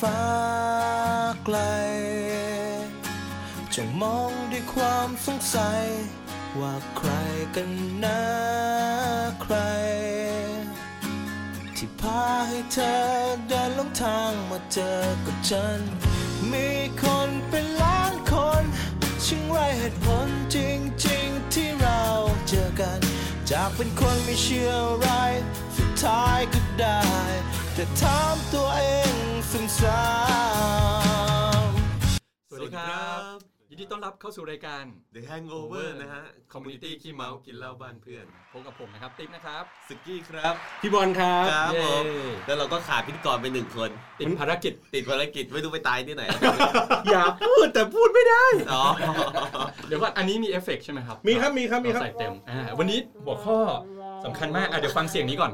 ฟ้าไกล จงมองด้วยความสงสัย ว่าใครกันนะใคร ที่พาให้เธอเดินลงทางมาเจอกับฉัน มีคนเป็นล้านคนช่างไรเหตุผลจริงๆที่เราเจอกัน จากเป็นคนไม่เชื่ออะไร สุดท้ายก็ได้ แต่ถามตัวเองซึ่งสาม สวัสดีครับ ยินดีต้อนรับเข้าสู่รายการ The Hangover นะฮะ คอมมูนิตี้ขี้เมากินเหล้าบ้านเพื่อนพบกับผมนะครับ ติ๊กนะครับ สุกี้ครับ พี่บอลครับ ครับ เย้ ผมแล้วเราก็ขาดพิธีกรไปหนึ่งคน ติดภารกิจ ติดภารกิจไม่รู้ไปตาย ที่ไหน อย่าพูดแต่พูดไม่ได้ อ๋อ เดี๋ยวก่อนอันนี้มีเอฟเฟกต์ใช่ไหมครับ มีครับมีครับมีค เรา รับ ใส่เต็มอ่าวันนี้หัวข้อสำคัญมากอ่ะเดี๋ยวฟังเสียงนี้ก่อน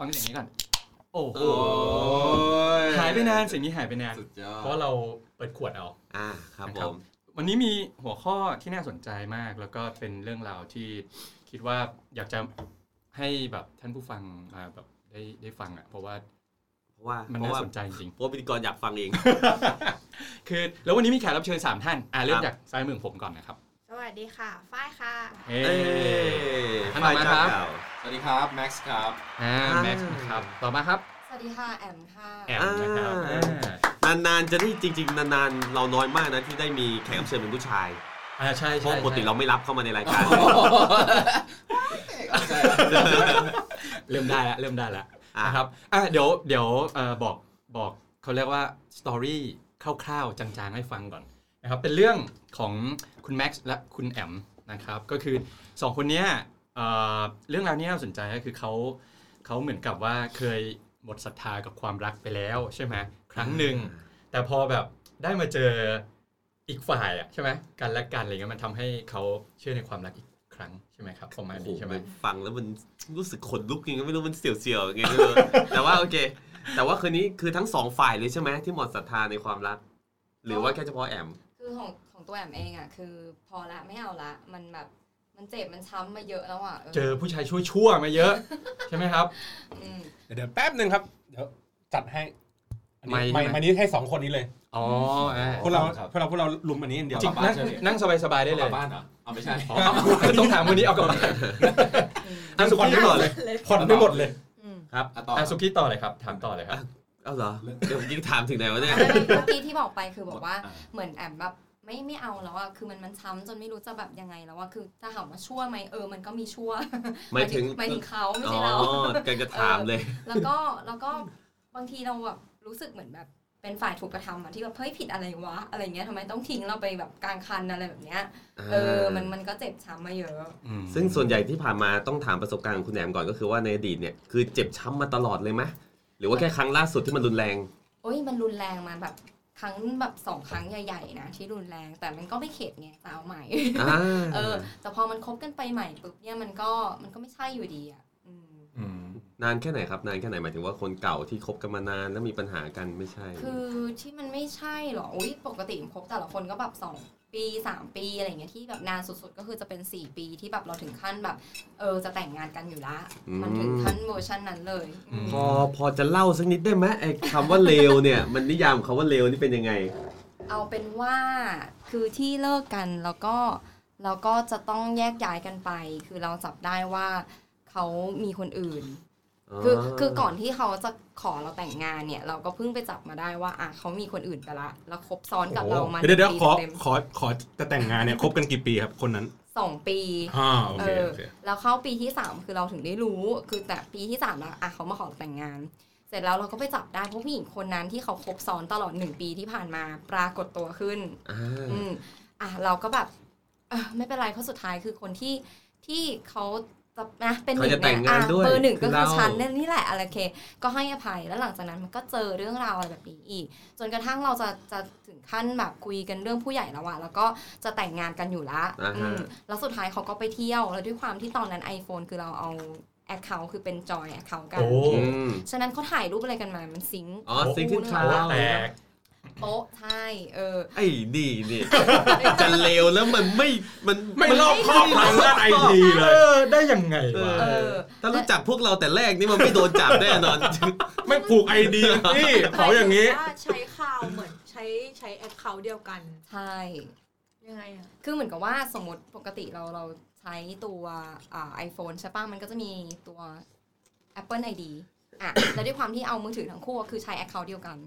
ฟังเสียงนี้ก่อน โอ้โห โอ้ หายไปนานเสียงนี้หายไปนาน สุดยอ เพราะ ด เราเปิดขวดเอา อ่าครับ นะ ผ ครับ ม วันนี้มีหัวข้อที่น่าสนใจมาก แล้วก็เป็นเรื่องราวที่คิดว่าอยากจะให้แบบท่านผู้ฟังมาแบบได้ได้ฟังอ่ะเพราะว่า เพราะว่า มัน เพราะ น่า ว่า สนใจจริง เพราะว่าพิธีกรอยากฟังเอง ๆคือ แล้ววันนี้มีแขกรับเชิญ 3 ท่านอ่าเริ่ม คจารับกซ้ายมือของผมก่อนนะครับ สวัสดีค่ะ ฝ้ายค่ะ เอ้ย เอ้ย ท่านต่อมาครับ เก่า สวัสดีครับ แม็กซ์ครับ อ่าแม็กซ์นะครับต่อมาครับ สวัสดีค่ะ แอมค่ะ แอมนะครับ อ่า อ่าน านๆจะได้จริง ๆ นานๆ เราน้อยมากนะที่ได้มีแขกรับเชิญเป็นผู้ชาย อ่าใช่ เพ ใช่ ราะปกติเราไม่รับเข้ามาในรายการ เริ่มได้ละเริ่มได้ละ อ่ะ นะครับอ่ะเดี๋ยวเดี๋ยวเอ่อบอกบอกเขาเรียกว่าสตอรี่คร่าวๆจางๆให้ฟังก่อนนะครับเป็นเรื่องของคุณแม็กซ์และคุณแอมนะครับก็คือสองคนเนี้ยเอ่อเรื่องราวนี้น่าสนใจก็คือเขาเขาเหมือนกับว่าเคยหมดศรัทธากับความรักไปแล้วใช่ไหมครั้งหนึ่ง แต่พอแบบได้มาเจออีกฝ่ายอะใช่ไหมกันและกันอะไรเงี้ยมันทำให้เขาเชื่อในความรักอีกครั้งใช่ไหมครับประมาณ โอ้โห นี้ใช่ไหม ฟังแล้วมันรู้สึกขนลุกจริงก็ไม่รู้มันเสียวๆยังไง ก็ไม่รู้ แต่ว่าโอเค แต่ว่าคืนนี้คือทั้งสองฝ่ายเลยใช่ไหมที่หมดศรัทธาในความรัก หรือว่าแค่เฉพาะแอม คือของของตัวแอมเองอ่ะ คือพอละไม่เอาละ มันแบบมันเจ็บมันช้ำมาเยอะแล้วอ่ะ เจอผู้ชายชั่วๆมาเยอะ ใช่ไหมครับ ม เดี๋ยวแป๊บหนึ่งครับ เดี๋ยวจัดให้อันนี้ ไม่ ไม่ ใช่ไหม ไม่นี้ให้สองคนนี้เลย อ๋ออ่า พวกเราพวกเราพวกเราลุมอันนี้อันเดียว จริงนั่งนั่งสบายๆได้เลย บ้านเหรอเอาไม่ใช่ อ๋อเอาต้องถามคนนี้เอากลับมาอ่ะสุกี้ต่อเลย ผ่อนไม่หมดเลย อืม ครับ อ่ะต่อ อ่ะสุกี้ต่อเลยครับถามต่อเลยครับ เอาเหรอ เดี๋ยวผมยิ่งถามถึงไหนวะเนี่ย แล้วเมื่อกี้ที่บอกไปคือบอกว่า อ่ะ เหมือนแอมแบบไม่ไม่เอาแล้วอ่ะ คือมันมันช้ำจนไม่รู้จะแบบยังไงแล้วอ่ะ คือจะถามว่าชั่วไหมเออ มันก็มีชั่ว หมายถึง หมายถึงเขาไม่ อ๋ ใช่ อ เรา กำลังจะถามเลย แล้วก็แล้วก็บางทีเราแบบรู้สึกเหมือนแบบเป็นฝ่ายถูกกระทำอะที่แบบเฮ้ยผิดอะไรวะอะไรเงี้ยทำไมต้องทิ้งเราไปแบบกลางคันอะไรแบบเนี้ยเออมันมันก็เจ็บช้ำมาเยอะ อืม ซึ่งส่วนใหญ่ที่ผ่านมาต้องถามประสบการณ์ของคุณแอมก่อนก็คือว่าในอดีตเนี่ยคือเจ็บช้ำมาตลอดเลยไหมหรือว่าแค่ครั้งล่าสุดที่มันรุนแรง โอ้ยมันรุนแรงมาแบบครั้งแบบสองครั้งใหญ่ๆนะที่รุนแรงแต่มันก็ไม่เข็ดไงสาวใหม่ อ่า เออ แต่พอมันคบกันไปใหม่ปุ๊บเนี่ยมันก็มันก็ไม่ใช่อยู่ดีอ่ะอืม อืม นานแค่ไหนครับ นานแค่ไหนหมายถึงว่าคนเก่าที่คบกันมานานแล้วมีปัญหากันไม่ใช่ คือที่มันไม่ใช่หรออุ้ยปกติคบแต่ละคนก็แบบสองปีสามปีอะไรเงี้ยที่แบบนานสุดๆ ก็คือจะเป็นสี่ปีที่แบบเราถึงขั้นแบบ เออจะแต่งงานกันอยู่ละ อืม มันถึงขั้นเวอร์ชันนั้นเลยอืม พอพอจะเล่าสักนิดได้ไหมไอ้คำว่าเลวเนี่ย มันนิยามคำว่าเลวนี่เป็นยังไง เอาเป็นว่าคือที่เลิกกันแล้วก็แล้วก็จะต้องแยกย้ายกันไป คือเราจับได้ว่าเขามีคนอื่น คือคือก่อนที่เขาจะขอเราแต่งงานเนี่ย เราก็เพิ่งไปจับมาได้ว่าอ่ะเขามีคนอื่นไปละแล้วคบซ้อนกับเรามา เดี๋ยวเดี๋ยหวนึ่ง ขอ ปีเต็ม ขอขอจะแต่งงานเนี่ยคบกันกี่ปีครับคนนั้น สองปี อ่าโอ เอ เค อ โอเค แล้วเข้าปีที่สามคือเราถึงได้รู้ คือแต่ปีที่สามแล้วอ่ะเขามาขอแต่งงาน เสร็จแล้วเราก็ไปจับได้เพราะผู้หญิงคนนั้นที่เขาคบซ้อนตลอดหนึ่งปีที่ผ่านมาปรากฏตัวขึ้น อ่า อืมอ่ะเราก็แบบเอ่อไม่เป็นไรเพราะสุดท้ายคือคนที่ที่เขาจะนะเป็นห เขา นึ่ง จะแต่ง ใ งานด้วย อ่ะเบอร์หนึ่งคืก็คืออ เรา ฉันเนี่ยนี่แหละอะไรโอเค ก็ให้อภัยแล้วหลังจากนั้นมันก็เจอเรื่องราวอะไรแบบนี้อีก จนกระทั่งเราจะจะถึงขั้นแบบคุยกันเรื่องผู้ใหญ่แล้วอะแล้วก็จะแต่งงานกันอยู่ละ อ่าฮะ อืมแล้วสุดท้ายเขาก็ไปเที่ยวแล้วด้วยความที่ตอนนั้น iPhone คือเราเอาแอคเคาท์คือเป็นจอยแอคเคาท์กัน โอ้ อืม ฉะนั้นเขาถ่ายรูปอะไรกันมามันซิงค์ อ๋อสิ่งที่ คู่หนึ่ เขา ง เล่า แตก โต๊ะใช่เออ ไอ้นี่นี่ จะเลวแล้วมันไม่มัน ไม่รอบคอบทางด้านไอที เอ เลย อ ได้ยังไง เอ วะ อถ้ารู้จักพวกเราแต่แรกนี่มันไม่โดนจับแน่นอน ไม่ผูกไอเดียนี่เผาอย่างนี้ หมถึว่ใช้ข่าวเหมือนใช้ใช้แอคเคาท์เดียวกัน ใช่ ยังไงอะ คือเหมือนกับว่าสมมติปกติเราเราใช้ตัวอ่า iPhone ใช่ป่ะ มันก็จะมีตัว Apple ID อ่ะ แล้วด้วยความที่เอามือถือทั้งคู่อะคือใช้ account เดียวกัน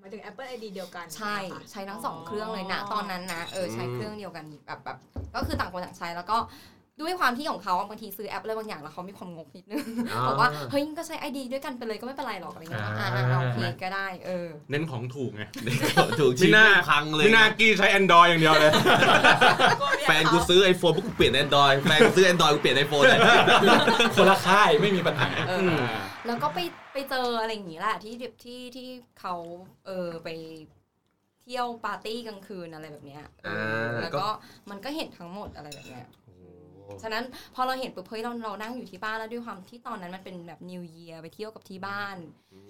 หมายถึง Apple ID เดียวกัน ใช่ ไหมคะ ใช้ทั้งสองเครื่องเลยนะตอนนั้นนะเออใช้ อืม เครื่องเดียวกันแบบแบบก็คือต่างคนต่างใช้แล้วก็ด้วยความที่ของเขาอะบางทีซื้อแอปอะไรบางอย่างแล้วเขามีความงกนิดนึง บอกว่าเฮ้ยก็ใช้ไอดีด้วยกันไปเลยก็ไม่เป็นไรหรอกอะไรเงี้ย อ่า อ่าๆเอาโอเคก็ได้ เออ เน้นของถูกไง ถูกชิ้นไม่พังเลย พี่นากี้ใช้ Android อย่างเดียวเลย ก็เรีย แฟนกูซื้อไอโฟนกูเปลี่ยนแอนดรอยแฟนกูซื้อแอนดรอยกูเปลี่ยนไอโฟนเลย คนละค่ายไม่มีปัญหา เออ แล้วก็ไปไปเจออะไรอย่างงี้แหละที่ที่ที่เขาเออไปเที่ยวปาร์ตี้กลางคืนอะไรแบบเนี้ยเออแล้วก็มันก็เห็นทั้งหมดอะไรแบบเนี้ย ฉะนั้นพอเราเห็นปุ๊บเฮ้ยเราเรานั่งอยู่ที่บ้านแล้วด้วยความที่ตอนนั้นมันเป็นแบบ New Year ไปเที่ยวกับที่บ้าน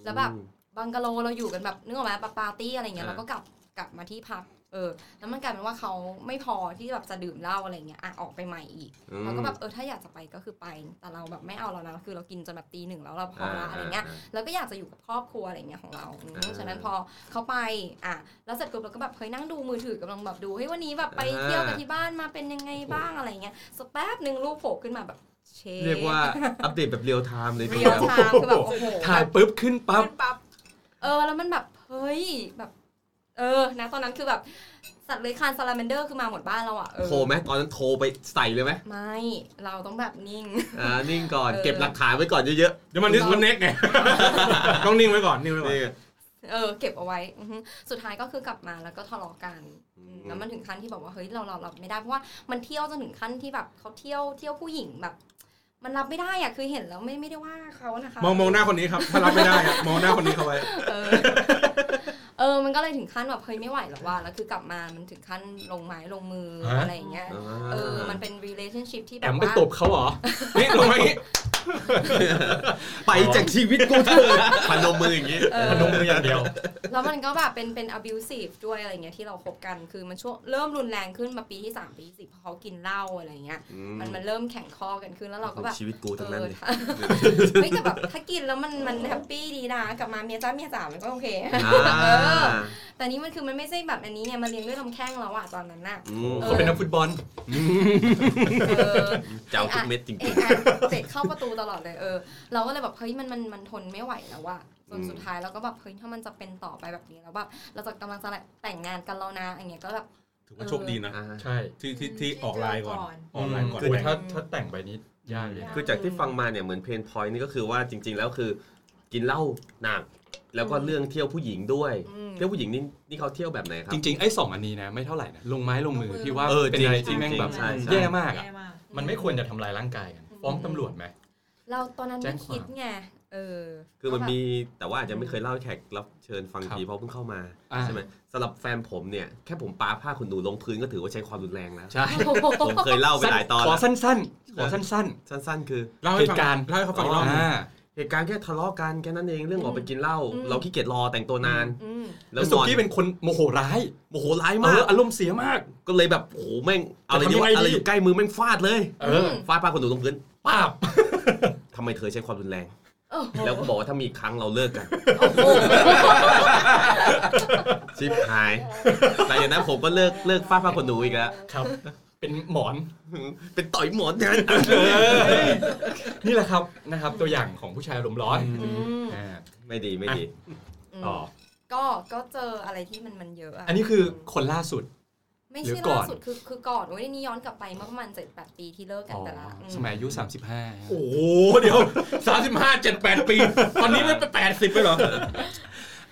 แล้วแบบ บังกะโลเราอยู่กันแบบนึกออกไหมปาร์ตี้อะไรเงี้ยเราก็กลับกลับมาที่พักเออ แล้วมันกลายเป็นว่าเขาไม่พอที่แบบจะดื่มเหล้าอะไรเงี้ยอ่ะออกไปใหม่อีกเราก็แบบเออถ้าอยากจะไปก็คือไป แต่เราแบบไม่เอาแล้วนะคือเรากินจนแบบตีหนึ่งแล้วเราพอละอะไรเงี้ย แล้วก็อยากจะอยู่กับครอบครัวอะไรเงี้ยของเราอืม อ่า ฉะนั้นพอเขาไป อ่ะ แล้วเสร็จปุ๊บเราก็แบบเฮ้ยนั่งดูมือถือกำลังแบบดู เฮ้ยวันนี้แบบไป อ่า เที่ยวกับที่บ้านมาเป็นยังไงบ้างอะไรเงี้ยสักแป๊บหนึ่งรูปโผล่ขึ้นมาแบบเชฟ เรียกว่าอัปเดตแบบเรียลไทม์เลย เรี พี่ ยล นะ ไทม์คือแบบโอ้โห ถ่ายปุ๊บขึ้นปั๊บ ขึ้นปั๊บ เออ แล้วมันแบบ เฮ้ย แบบ เออ นะ ตอนนั้นคือแบบ สัตว์เลื้อยคลานซาลาแมนเดอร์คือมาหมดบ้านเราอ่ะเออ โทรไหมตอนนั้นโทรไปใส่เลยไหม ไม่ เราต้องแบบนิ่ง อ่านิ่งก่อน เออ เก็บหลักฐานไว้ก่อนเยอะ เดี๋ยวมันดิสคอนเน็กไง ต้องนิ่งไว้ก่อน นิ่งไว้ ๆ ก่อน นี่ เออ เก็บเอาไว้อือฮึสุดท้ายก็คือกลับมาแล้วก็ทะเลาะกัน อืม แล้วมันถึงขั้นที่บอกว่าเฮ้ยเราเรารับไม่ได้เพราะว่ามันเที่ยวจนถึงขั้นที่แบบเขาเที่ยวเที่ยวผู้หญิงแบบ มันรับไม่ได้อะคือเห็นแล้วไม่ไม่ได้ว่าเขานะคะ มองมองหน้าคนนี้ครับ ถ้ารับไม่ได้ อะมองหน้าคนนี้เขาไว้ เออเออ มันก็เลยถึงขั้นแบบเฮ้ยไม่ไหวหรอกว่าแล้วคือกลับมามันถึงขั้นลงไม้ลงมือ ฮะ อะไรอย่างเงี้ยเออ มันเป็น relationship ที่แบ แอบ มไป ว่า ตบเขาเหรอ นี่ลงมาอย่างนี้ ไปจากชีวิตกูเถอะพนมมืออย่างนี้ เอ พน อ มมืออย่างเดียว แล้วมันก็แบบเป็นเป็น abusive ด้วยอะไรเงี้ยที่เราคบกันคือมันช่วงเริ่มรุนแรงขึ้นมาปีที่สามปีที่สี่เพราะเขากินเหล้าอะไรเงี้ยมันมันเริ่มแข่งข้อกันขึ้นแล้วเราก็แบบ ชีวิตกูทั้งนั้นเลย เออเฮ้ยแต่แบบถ้ากินแล้วมันมันแฮปปี้ดีนะกลับมาเมียจ้าเมียจ๋ามันก็โอเค เออ แต่นี่มันคือมันไม่ใช่แบบอันนี้เนี่ยมันเลี้ยงด้วยลำแข้งแล้วอะตอนนั้นน่ะ เอ เขา อ เป็นนักฟุตบอล เออ เจ้าทุกเม็ดจริ เอะ ง อะเตะเข้าประตูตลอดเลยเออเราก็เลยแบบเฮ้ยมันมันมันทนไม่ไหวแล้วว่ะจน อืม สุดท้ายเราก็แบบเฮ้ยถ้ามันจะเป็นต่อไปแบบนี้แล้วแบบเราจะกำลังจะแต่งงานกันแล้วนะอย่างเงี้ยก็แบบ ถือว่าโชคดีนะ ๆอ่า ใช่ ที่ที่ที่ออกไลน์ก่อน ออกไลน์ก่อน คือ แต่ง ถ้าถ้าแต่งไปนี้ยากเลยนะ คือจากที่ฟังมาเนี่ยเหมือนเพนพอยนี่ก็คือว่าจริง ๆ แล้วคือ กินเหล้าหนัก แล้วก็เรื่องเที่ยวผู้หญิงด้วย อืม เที่ยวผู้หญิงนี่นี่เขาเที่ยวแบบไหนครับ จริงๆ ไอ้สองอันนี้นะไม่เท่าไหร่นะลงไม้ลงมือ ลงมือ พี่ว่า เออ เป็นอะไร จริ ที่ งๆ แม่งแบบ ใช่ใช่ แย่มากอะ แย่มาก มันไม่ควรจะทำลายร่างกายกัน ฟ้องตำรวจไหม เราตอนนั้น แจ้งไม่ความ คิดไงเออ คือมัน ว่าแบบ มีแต่ว่าอาจจะไม่เคยเล่าให้แขกรับเชิญฟัง ครับ ทีเพราะเพิ่งเข้ามา อ่า ใช่ไหมสำหรับแฟนผมเนี่ยแค่ผมปาผ้าขนหนูลงพื้นก็ถือว่าใช้ความรุนแรงแล้ว ใช่ ผมเคยเล่าไปหลายตอน ขอ แล้ว สั้นๆ ขอสั้น สั้น ๆ คือ เล่าให้ฟั เห ง ตุการณ์ เล่าให้เขา ๆ ฟังอีกรอบหนึ่ง อ่า เหตุการณ์แค่ทะเลาะกันแค่นั้นเองเรื่องออกไปกินเหล้า อืม เราขี้เกียจรอแต่งตัวนาน อืม แล้ แล้ว วน สุ อน กี้เป็นคนโมโหร้าย โมโหร้าย เอ มา อก อารมณ์เสียมาก ก็เลยแบบโอ้โหแม่งอะไร จะ เนี่ ทำยังยไงดี อะไรอยู่ใกล้มือแม่งฟาดเลย เออ ฟาดผ้าขนหนูลงพื้น ป้าบ ทำไมเธอใช้ความรุนแรง โอ้โห แล้วก็บอกว่าถ้ามีอีกครั้งเราเลิกกันชิบหายหลังจากนั้นผมก็เลิกเลิกฟาดผ้าขนหนูอีกแล้ว ครับ เป็นหมอน เป็นต่อยหมอนเนี่ย นี่แหละครับนะครับ ตัวอย่างของผู้ชายอารมณ์ร้อน อืม อ่า ไม่ดีไม่ดี อืม ต่อ ก็ก็เจออะไรที่มันมันเยอะอะ อันนี้คือ ม คนล่าสุด ไม่ หรื ใช่ อก่ ล่า อน สุดคือคือก่อนเว้ยนี่ย้อนกลับไปเมื่อประมาณเจ็ดแปดปีที่เลิกกัน อ๋อ แต่ละอืม สมัยอายุ35 โอ้โห เดี๋ยวสามสิบห้าเจ็ดแปดปี ตอนนี้ไม่ไปแปดสิบไปเหรอ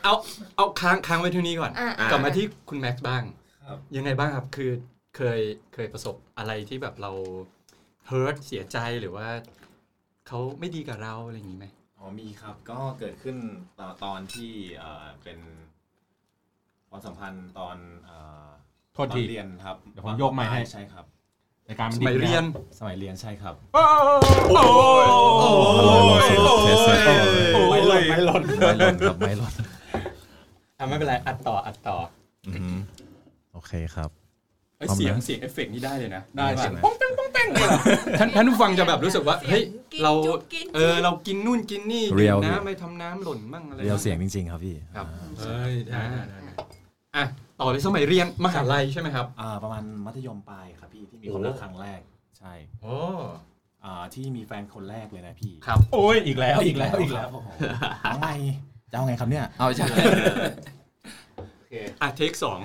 เอาเอาค้างค้างไว้ที่นี่ก่อน อ่ะ อ่ะ กลับมาที่คุณแม็กซ์บ้าง ครับ ยังไงบ้างครับ คือเคยเคยประสบอะไรที่แบบเรา hurt เสียใจหรือว่า เขาไม่ดีกับเรา อะไรอย่างนี้ไหม อ๋อมีครับก็เกิดขึ้นตอนตอนที่เอ่อเป็นความสัมพันธ์ตอนเอ่อ โท ตอ ษ น ที เรียนครับ เดี๋ยวผมโยกไมค์ให้ ใช่ครับ ในการ สมัยเรียน สมัยเรียนใช่ครับ โอ้โห โอ้ย โอ้ย เสียเสียเสีย โอ้ย ไม่หล่นครับไม่หล่น อ่ อ่ะไม่เป็นไรอัดต่ออัดต่อ อือหือโอเคครับ เอ้ย พร้อมนะ เสียงเสียงเอฟเฟกต์นี่ได้เลยนะ ได้ ได้ ป่ะ ใช่ไหม ป้องแป้งป้องแป้งเลยอะท่านท่านผู้ฟังจะแบบรู้สึกว่า เฮ้ย เสียงกิน เรา จุ๊บกิน เออเรากินนู่นกินนี่ เรี กิ ยว นน้ำไม่ทำน้ำหล่นมั่งอะไร เรียวเสียง บ้า จริง ๆ ครับพี่ ครับ อ่า เอ้ยได้ได้ได้ได้อ่ะต่อเลยสมัยเรียนมหาลัยใช่ไหมครับ อ่าประมาณมัธยมปลายครับพี่ที่มีคนรักครั้งแรก ใช่ โอ้ อ่าที่มีแฟนคนแรกเลยนะพี่ ครับ โอ้ยอีกแล้วอีกแล้ว อีกแล้วโอ้โหทำไมจะเอาไงครับเนี่ย เอาใช่ อ่ะเทคสอง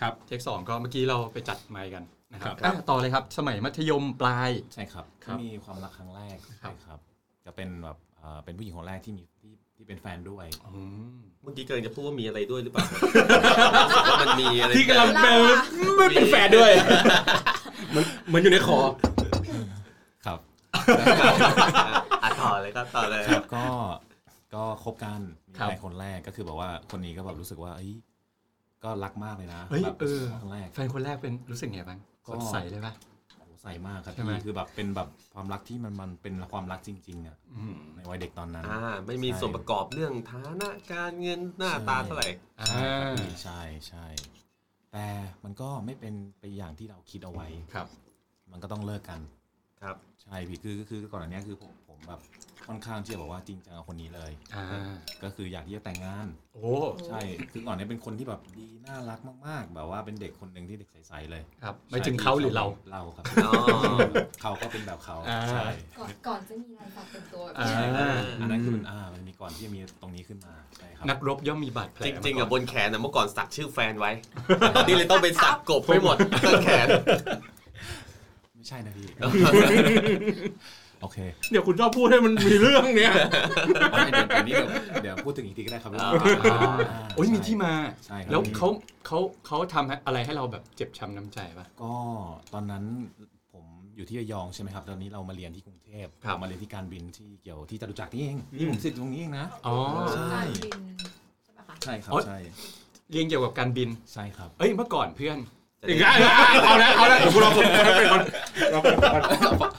ครับเทคสองก็เมื่อกี้เราไปจัดไมค์กันนะครับอ่ะต่อเลยครับสมัยมัธยมปลาย ใช่ครับ ครับ ที่มีความรักครั้งแรก ครับ ใช่ครับ จะเป็นแบบเอ่อเป็นผู้หญิงคนแรกที่มีที่ที่เป็นแฟนด้วย อืม เมื่อกี้กำลังจะพูดว่ามีอะไรด้วยหรือเปล่า ว่ามันมีอะไร ที่กำลังเป็นไม่เป็นแฟนด้วยมันเหมือนอยู่ในคอ ครับ อ่ะต่อเลยครับต่อเลย ครับก็ก็คบกันมี ครับ แฟนคนแรกก็คือแบบว่าคนนี้ก็แบบรู้สึกว่าเอ้ยก็รักมากเลยนะ เฮ้ย แบบ เออ ครั้งแรก แฟนคนแรกเป็นรู้สึกไงบ้าง ก็ สดใสเลยปะ โอ้โหใส่มากครับ ใช่ไหม พี่คือแบบเป็นแบบความรักที่มันมันเป็นความรักจริง ๆอ่ะ อืม ในวัยเด็กตอนนั้น อ่า ไม่มีส่วนประกอบเรื่องฐานะการเงินหน้าตาเท่าไหร่ใช่คอ่า รับพี่ใช่ใช่แต่มันก็ไม่เป็นไปอย่างที่เราคิดเอาไว้ ครับ มันก็ต้องเลิกกัน ครับ ใช่พี่คือคือก่อนอันเนี้ยคือผมผมแบบค่อนข้างที่จะบอกว่าจริงจังกับคนนี้เลย อ่า ก็คืออยากที่จะแต่งงาน โอ้ ใช่คือก่อนเนี้ยเป็นคนที่แบบดีน่ารักมากๆ แบบว่าเป็นเด็กคนหนึ่งที่เด็กใสๆเลย ครับไม่ถึงเขาหรือเรา เราครับ อ๋อ เขาก็เป็นแบบเขา อ่า ใช่ ก่อนก่อนจะมีลายสักเป็นตัวแบบ อ่า นี้ อันนั้นคือมันอ่ามันมีก่อนที่จะมีตรงนี้ขึ้นมาใช่ครับ นักรบย่อมมีบาดแผล จริง ๆ มา อะบ ก่อน นแขนอะเมื่อก่อนสักชื่อแฟน ไว้ นี่เลยต้องเป็นสักกบไปหมดต้นแขน ไม่ใช่นะพี่ โอเค เดี๋ยวคุณชอบพูดให้มันมีเรื่องเนี่ย ไม่เดี๋ยวเดี๋ยวนี้เดี๋ยวเดี๋ยวพูดถึงอีกทีก็ได้ครับ อ่า อ่าโอ้ยมีที่มา ใช่ครับ แล้ว พี่ เขาเขาเขาทำอะไรให้เราแบบเจ็บช้ำน้ำใจปะ ก็ตอนนั้นผมอยู่ที่ระยองใช่ไหมครับ ตอนนี้เรามาเรียนที่กรุงเทพ ครับ มาเรียนที่การบินที่เกี่ยวที่จตุจักรนี่เองนี่ผมสิทธิ์ตรงนี้เองนะ อ๋อ ใช่ บินใช่ปะคะ ใช่ครับ โอ๊ย ใช่ เรียนเกี่ยวกับการบิน ใช่ครับ เอ้ยเมื่อก่อนเพื่อน อีกแล้วอีกแล้วเอาละเอาละเดี๋ยวคุณรอคนคนเป็นคน ครับ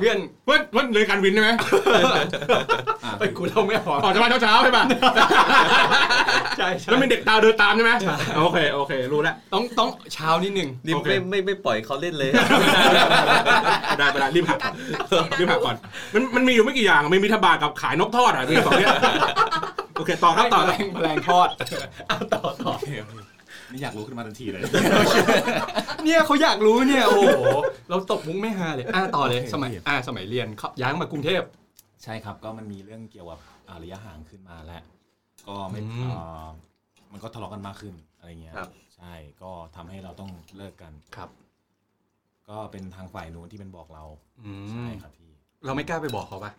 เพื่อน เพื่อนเพื่อนเลยการวินใช่ไหม อ่า ไปคุณเราไม่พอ ออกจากบ้านเช้าๆใช่ป่ะ ใช่ใช่ แล้วมีเด็กตาเดินตามใช่ไหมโอเคโอเครู้แล้ว ต้องต้องเช้านิดนึง นี่ โอเค ไม่ไม่ไม่ปล่อยเขาเล่นเลย ได้ไปละรีบหักก่อนรีบหักก่อนมันมันมีอยู่ไม่กี่อย่างมีมิทบาทกับขายนกทอดอ่ะมีสองเนี้ยโอเคต่อครับ ต่ ต่ อ อ แรงแรงทอดอ่ะต่อต่อ โอเคโอเคนี่อยากรู้ขึ้นมาทันทีเลย เนี่ยเขาอยากรู้เนี่ย โอ้โห เราตกมุ้งไม่ฮาเลยอ่ะต่อเลย โอเค สมัยอ่ะสมัยเรียนเขาย้ายมากรุงเทพ ใช่ครับก็มันมีเรื่องเกี่ยวกับอ่าระยะห่างขึ้นมาแล้วก็ไม่ อืม เอ่อมันก็ทะเลาะกันมากขึ้นอะไรเงี้ย ครับ ใช่ก็ทำให้เราต้องเลิกกัน ครับ ก็เป็นทางฝ่ายนู้นที่เป็นบอกเรา อื ใช่ ม ครับพี่ เราไม่กล้าไปบอกเขาปะ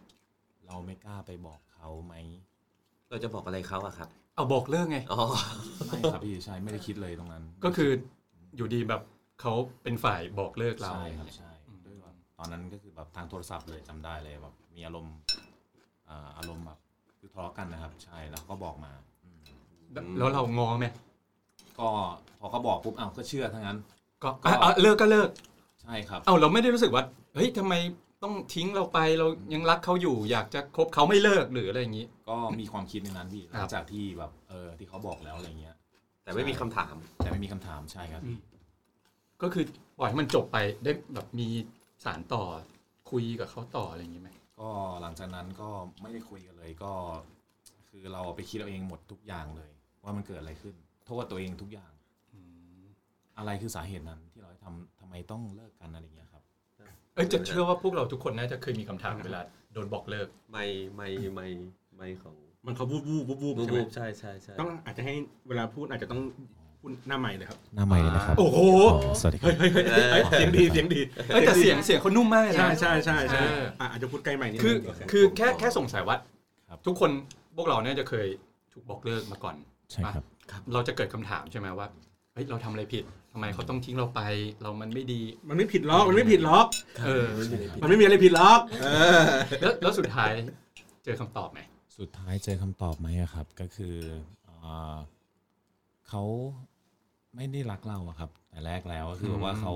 เราไม่กล้าไปบอกเขาไหม เราจะบอกอะไรเขาอะครับ เอาบอกเลิกไง อ๋อ ไม่ครับพี่ใช่ไม่ได้คิดเลยตรงนั้น ก็คืออยู่ดีแบบเขาเป็นฝ่ายบอกเลิกเรา ใช่ครับใช่ อืม ด้วยแบบตอนนั้นก็คือแบบทางโทรศัพท์เลยจำได้เลยแบบมีอารมณ์อ่าอารมณ์แบบคือทะเลาะกันนะครับ ใช่แล้วก็บอกมาอืม แล้วเรางอไหม ก็พอเขาบอกปุ๊บอ้าวก็เชื่อทั้งนั้น ก็ ก็ อ่ะอ่ะเลิกก็เลิก ใช่ครับ เอาเราไม่ได้รู้สึกว่า เฮ้ยทำไมต้องทิ้งเราไปเรายังรักเขาอยู่ อยากจะคบเขาไม่เลิกหรืออะไรอย่างนี้ ก็มีความคิดในนั้นพี่ห ค ลั รับงจากที่แบบเออที่เขาบอกแล้วอะไรเงี้ย แต่ไม่มีคำถาม แต่ไม่มีคำถามใช่ครับพี่ ก็คือปล่อยให้มันจบไปได้แบบมีสารต่อคุยกับเขาต่ออะไรอย่างนี้ไหม ก็หลังจากนั้นก็ไม่ได้คุยกันเลยก็ คือเราไปคิดเอาเองหมดทุกอย่างเลย ว่ามันเกิดอะไรขึ้น โทษตัวเองทุกอย่าง อะไรคือสาเหตุนั้นที่เราทำทำไมต้องเลิกกันอะไรเงี้ยครับ เอ้ยจะเชื่อว่าพวกเราทุกคนน่าจะเคยมีคำถามเวลาโดนบอกเลิก ไม่ไม่ไม่ไม่ของ มันเขาวูบวูบวูบวูบใช่ไหม รูปใช่ใช่ใช่ ต้องอาจจะให้เวลาพูดอาจจะต้องพูดหน้าใหม่เลยครับ หน้าใหม่เลยนะครับ โอ้โห สวัสดีครั เฮ้ บ ยเฮ้ยเฮ้ยเฮ้ยเสียงดีเสียงดี เอ้ยแต่เสียงเสียงเขานุ่มมากเลยนะ ใช่ใช่ใช่ใช่ เออ อ่ะอาจจะพูดใกล้ใหม่นิดนึง คือ โเ คือแค่แค่สงสัยว่า ครับ ทุกคนพวกเราเนี่ยจะเคยถูกบอกเลิกมาก่อน ใช่ครับ เราจะเกิดคำถามใช่ไหมว่าเฮ้ยเราทำอะไรผิดทำไมเขาต้องทิ้งเราไป เรามันไม่ดี มันไม่ผิดหรอกมันไม่ผิดหรอก เออ มันไม่มีอะไรผิดหรอกเออ แล้วแล้วสุดท้ายเจอคำตอบไหม สุดท้ายเจอคำตอบไหมอะครับ ก็คือเอ่อเขาไม่ได้รักเราอะครับ แต่แรกแล้วก็คือแบบว่าเขา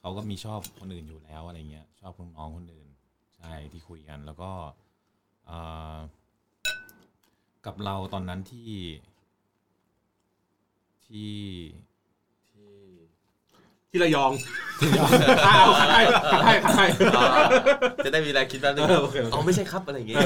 เขาก็มีชอบคนอื่นอยู่แล้วอะไรเงี้ย ชอบลูกน้องคนอื่น ใช่ที่คุยกัน แล้วก็เอ่อกับเราตอนนั้นที่ ที่ ที่ระยองอ้าวขัดให้ขัดให้ขัดให้ อ๋อจะได้มีเวลาคิดแป๊บนึง เออโอเคโอเค อ๋อไม่ใช่ครับอะไรอย่างเงี้ย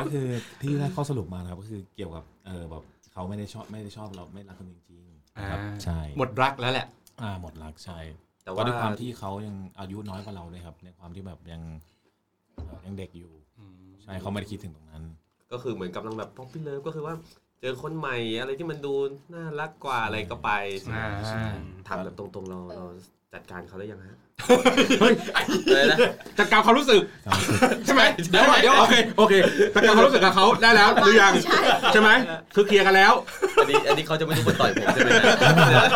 ก็คือที่ได้ข้อสรุปมานะครับก็คือเกี่ยวกับเออแบบเขาไม่ได้ชอบไม่ได้ชอบเราไม่รักกันจริงๆนะครับ อ่า ใช่ หมดรักแล้วแหละ อ่าหมดรักใช่ แต่ ก็ ว่า ด้วยความที่เขายังอายุน้อยกว่าเราเลยครับในความที่แบบยังเอ่อยังเด็กอยู่ใช่เขาไม่ได้คิดถึงตรงนั้น ก็คือเหมือนกำลังแบบป๊อปปี้เลิฟก็คือว่า เจอคนใหม่อะไรที่มันดูน่ารักกว่าอะไรก็ไป อ่า ถามแบบตรงๆเราเราจัดการเขาได้ยังฮะ เฮ้ย อะไรนะ จัดการความรู้สึก ใช่ไหม เดี๋ยวก่อนเดี๋ยวก่อน โอเคโอเคจัดการความรู้สึกกับเขาได้แล้วหรือยัง ใช่ ใช่ไหมคือเคลียร์กันแล้ว อันนี้อันนี้เขาจะไม่รู้มาต่อยผมใช่ไหมนะ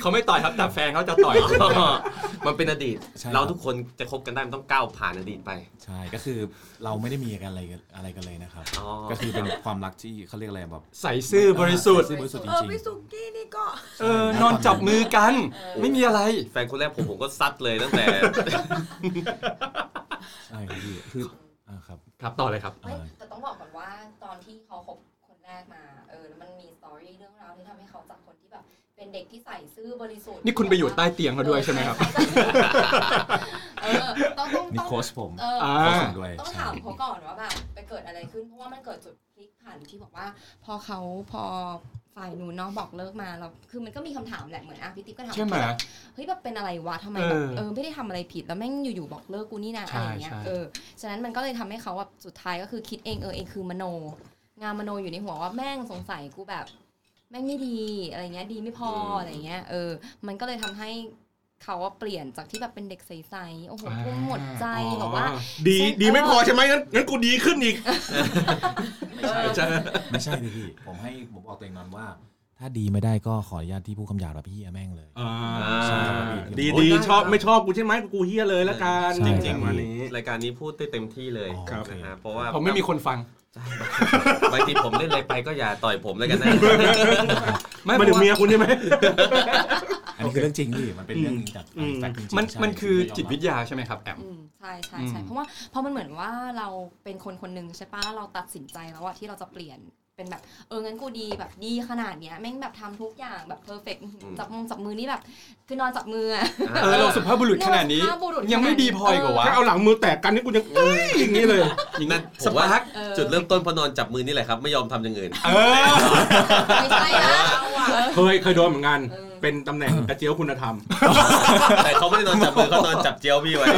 เขาไม่ต่อยครับแต่แฟนเขาจะต่อย มันเป็นอดีต ใช่ครับ เราทุกคนจะคบกันได้มันต้องก้าวผ่านอดีตไป ใช่ก็คือเราไม่ได้มีกันอะไรกันอะไรกันเลยนะครับ อ๋อ ก็คือเป็นความรักที่เขาเรียกอะไรแบบ ใส่ซื่อบริสุทธิ์ ซื่อบริสุทธิ์จ เออ ริง พี่สุกี้นี่ก็ ๆ เออนอนจับมือกัน ไม่มีอะไร แฟนคนแรกผมผมก็ซัดเลยตั้งแต่ ใช่ครับพี่คืออ่าครับ ครับต่อเลยครับ ไม่แต่ต้องบอกก่อนว่าตอนที่เขาคบคนแรกมาเออแล้วมันมีสตอรี่เรื่องราวที่ทำให้เขาจากคนที่แบบ เป็นเด็กที่ใส่ซื่อบริสุทธิ์ นี่คุณไปอยู่ใต้เตียงเขาด้วยใช่ไหมครับ เออต้องต้อง นี่ ต้อง โค้ชผม เออ อ่า โค้ชผมด้วย ต้อง ใช่ ถามเขาก่อนว่าแบบไปเกิดอะไรขึ้นเพราะว่ามันเกิดจุดพลิกผันที่บอกว่า พอเขาพอฝ่ายหนูนเนาะบอกเลิกมาแล้วคือมันก็มีคำถามแหละเหมือนอ่ะพี่ติ๊กก็ถาม ใช่ไหม ว่าเฮ้ยแบบเป็นอะไรวะทำไม เออ แบบเออไม่ได้ทำอะไรผิดแล้วแม่งอยู่ๆบอกเลิกกูนี่นะ ใช่ อะไรอย่างเงี้ย ใช่ เออฉะนั้นมันก็เลยทำให้เขาแบบสุดท้ายก็คือคิดเองเออเองคือมโน งานมโนอยู่ในหัวว่าแม่งสงสัยกูแบบ แม่งไม่ดีอะไรเงี้ยดีไม่พอ อืม อะไรเงี้ยเออ มันก็เลยทำให้เขาว่าเปลี่ยนจากที่แบบเป็นเด็กใสๆโอ้โห อ่า กุ้มหมดใจแบบว่า ดี ใช่ ดีไม่พอใช่ไหมงั้นงั้นกูดีขึ้นอีก ไม่ใช่ดิพี่ ผมให้ผมบอกตัวเองนอนว่า ถ้าดีไม่ได้ก็ขออนุญาตที่ผู้คำหยาบแบบพี่แม่งเลย ใช่ครับพี่ ดี โอ้ ดี ได้ ชอบ ครับ ไม่ชอบกูใช่ไหมกูเฮี้ยเลยละกันจใช่ครับ ริงๆวันนี้ รายการนี้พูดได้เต็มที่เลย อ๋อ ครับ นะฮะเพราะว่า ผมไม่มีคนฟัง บางทีผมเล่นอะไรไปก็อย่าต่อยผมแล้วกันนะ ไม่ มาถึงเมียคุณใช่ไหม อันนี้คือเรื่องจริงพี่มันเป็นเรื่องจาก อืม แฟกต์จริงๆ มัน ใช่ มันคือจิตวิท ยม ยาใช่ไหมครับแอม อืมใช่ใช่ อื ใช่ ม เพราะว่าเพราะมันเหมือนว่าเราเป็นคนคนหนึ่งใช่ปะแล้วเราตัดสินใจแล้วว่าที่เราจะเปลี่ยนเป็นแบบ เอองั้นกูดีแบบดีขนาดเนี้ยแม่งแบบทำทุกอย่างแบบเพอร์เฟก อืม จับมงจับมือนี่แบบ คือนอนจับมืออะ เออเราสุภาพบุรุษขนาดนี้ เราสุภาพบุรุษ ยังไม่ดีพออีกเหรอวะ ถ้าเอาหลังมือแตกกันนี่กูยังเอ้ยอย่างนี้เลย อย่างนั้นผ ส ม ปา ว่า ร์ค เออ จุดเริ่มต้นเพอนอนจับมือนี่แหละครับ ไม่ยอมทำอย่างอื่น เออ ไม่ใช่นะเออ เคยเคยโดนเหมือนกัน เออ เป็นตำแหน่งกระเจียวคุณธรรม แต่เขาไม่ได้นอนจับมือเขานอนจับเจียวพี่ไว้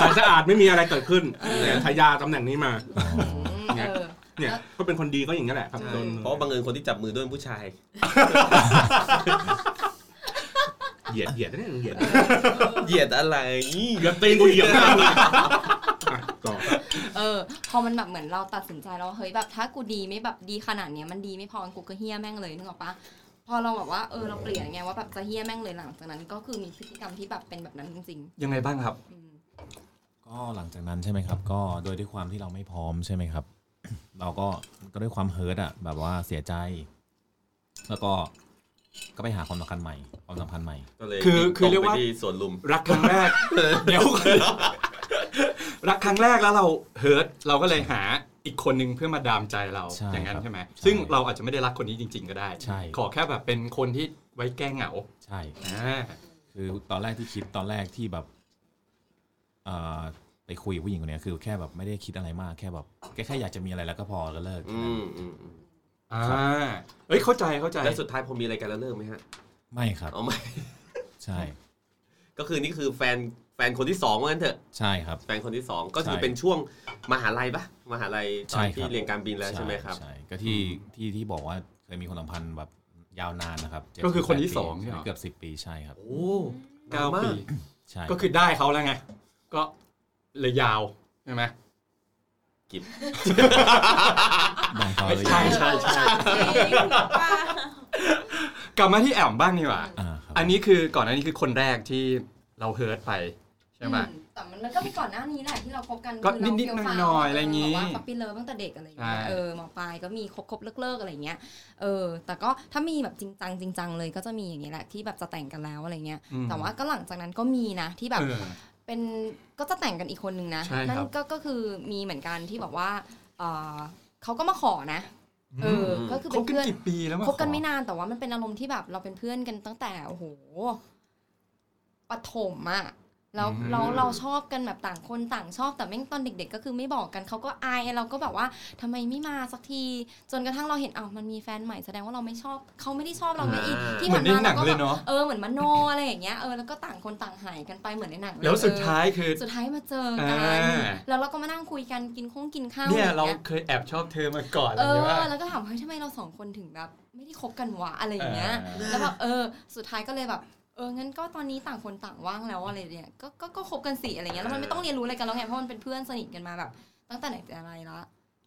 สารสะอาดไม่มีอะไรเกิดขึ้นเนี่ยฉายาตำแหน่งนี้มา อ๋อ อืมเออ เนี่ยก็เป็นคนดีก็อย่างนี้ยแหละครับ ใช่ โดน เพราะบังเอิญคนที่จับมือด้วยเป็นผู้ชาย เหยียดเหยียดเนี่ยเหยียด เหยียดอะไร เหยียดตีนกูเหยียดหน้ามึงอ่ะต่อ เออ พอมันแบบเหมือนเราตัดสินใจแล้วเฮ้ยแบบถ้ากูดีไม่แบบดีขนาดเนี้ยมันดีไม่พองั้นกูก็เฮี้ยแม่งเลยนึกออกปะพอเราแบบว่าเออเราเปลี่ยนไงว่าแบบจะเฮี้ยแม่งเลยหลังจากนั้น ก็คือมีพฤติกรรมที่แบบเป็นแบบนั้นจริง ยังไงบ้างครับ ๆอืม ก็หลังจากนั้นใช่ไหมครับ ก็โดยด้วยความที่เราไม่พร้อมใช่ไหมครับ เราก็ก็ด้วยความเฮิร์ตอะแบบว่าเสียใจ แล้วก็ก็ไปหาความสัมพันธ์ใหม่ความสัมพันธ์ใหม่ ก็เลย คือ วิ่ง คือเรียก ตงไป ว่า ที่สวนลุม รักครั้งแรก เดี๋ยวก่อนรักครั้งแรกแล้วเราเฮิร์ตเราก็เลยหาอีกคนนึงเพื่อมาดามใจเรา ใช่ อย่างนั้น ครับ ใช่ไหม ใช่ ซึ่งเราอาจจะไม่ได้รักคนนี้จริง ๆ ก็ได้ ใช่ ขอแค่แบบเป็นคนที่ไว้แก้เหงา ใช่ อ่า คือตอนแรกที่คิดตอนแรกที่แบบเอ่อไปคุยกับผู้หญิงคนเนี้ยคือแค่แบบไม่ได้คิดอะไรมากแค่แบบแค่แค่อยากจะมีอะไรแล้วก็พอแล้วเลิกแค่ อื นั้น มอืมอืม อ่าเอ้ยเข้าใจเข้าใจ แล้วสุดท้ายพอมีอะไรกันแล้วเลิกไหมฮะ ไม่ครับ เอาไหม ใช่ ก็คือนี่คือแฟนแฟนคนที่สองว่างั้นเถอะ ใช่ครับ แฟนคนที่สองก็คือ ใช่ เป็นช่วงมหาลัยปะมหาลัยต ใช่ อน ครับ ที่เรียนการบินแล้วใช่ไหมครับ ใช่ก็ที่ที่ที่บอกว่าเคยมีความสัมพันธ์แบบยาวนานนะครับเจ็ด ก็คือคนที่ แปดปี สองเนี่ยเหรอ เกือบสิบ10 ปีใช่ครับ โอ้เก้า เก้าปี ปี ใช่ ก็คือได้เขาแล้วไง ก็เลยยาวใช่ไหม บางตอนเลย ใช่ใช่ใช่ กลับมาที่แอมบ้างดีกว่า อ่าครับ อันนี้คือก่อนอันนี้คือคนแรกที่เราเฮิร์ตไปใช่ไหม อืแต่มันมันก็ไปก่อนหน้านี้แหละที่เราคบกัน ก็ คือเรา นิดๆ เฟี้วฟ้าว หน่อยๆอะไรอย่างงี้ แบบว่าป๊อปปี้เลิฟตั้งแต่เด็กอะไรอย่างเงี้ย ใช่ เออมอปลายก็มีคบคบๆเลิกๆอะไรอย่างเงี้ยเออแต่ก็ถ้ามีแบบจริงจังจริงจังเลยก็จะมีอย่างเงี้ยแหละที่แบบจะแต่งกันแล้วอะไรเงี้ย อืม แต่ว่าก็หลังจากนั้นก็มีนะที่แบบ เออ เป็นก็จะแต่งกันอีกคนนึงนะ ใช่ครับ นั่นก็ก็คือมีเหมือนกันที่บอกว่าเออเขาก็มาขอนะ เออก็คือ ค เป็ บ น กัน เพื่อน กี่ปีแล้วมา คบกัน ขอ ไม่นานแต่ว่ามันเป็นอารมณ์ที่แบบเราเป็นเพื่อนกันตั้งแต่โอ้โหปฐมอะแล้ว อืม เราเราชอบกันแบบต่างคนต่างชอบแต่แม่งตอนเด็ก ๆ ก็คือไม่บอกกันเขาก็อายเราก็แบบว่าทำไมไม่มาสักที จนกระทั่งเราเห็นอ้าวมันมีแฟนใหม่แสดงว่าเราไม่ชอบเขาไม่ได้ชอบเราไม่อีก อ่า ที่ เหมือ ผ่าน น ในหมานั เรา ง ก็ เล แบ ย บ เนาะ เออเหมือนมโนอะไรอย่างเงี้ยเออแล้วก็ต่างคนต่างหายกันไปเหมือนในหนังเย แล้วสุด เออ ท้ายคือ สุดท้ายมาเจอกัน อ่า แล้วเราก็มานั่งคุยกันกินข้องกินข้าว เนี่ย อะไร เรา อย่างเงี้ย เคยแอบชอบเธอมาก่อนอะไร เอ อย่างเงี้ยว่า อ แล้วก็ถามเฮ้ยทำไมเราสองคนถึงแบบ ไม่ได้คบกันวะอะไรอย่างเงี้ย แล้วแบบเออ สุดท้ายก็เลยแบบ เออ งั้นก็ตอนนี้ต่างคนต่างว่างแล้วอะไรเนี่ย ก็ ก็ก็คบกันสิอะไรเงี้ย แล้วมันไม่ต้องเรียนรู้อะไรกันแล้วไง เพราะมันเป็นเพื่อนสนิทกันมาแบบ ตั้งแต่ไหนแต่ไรละ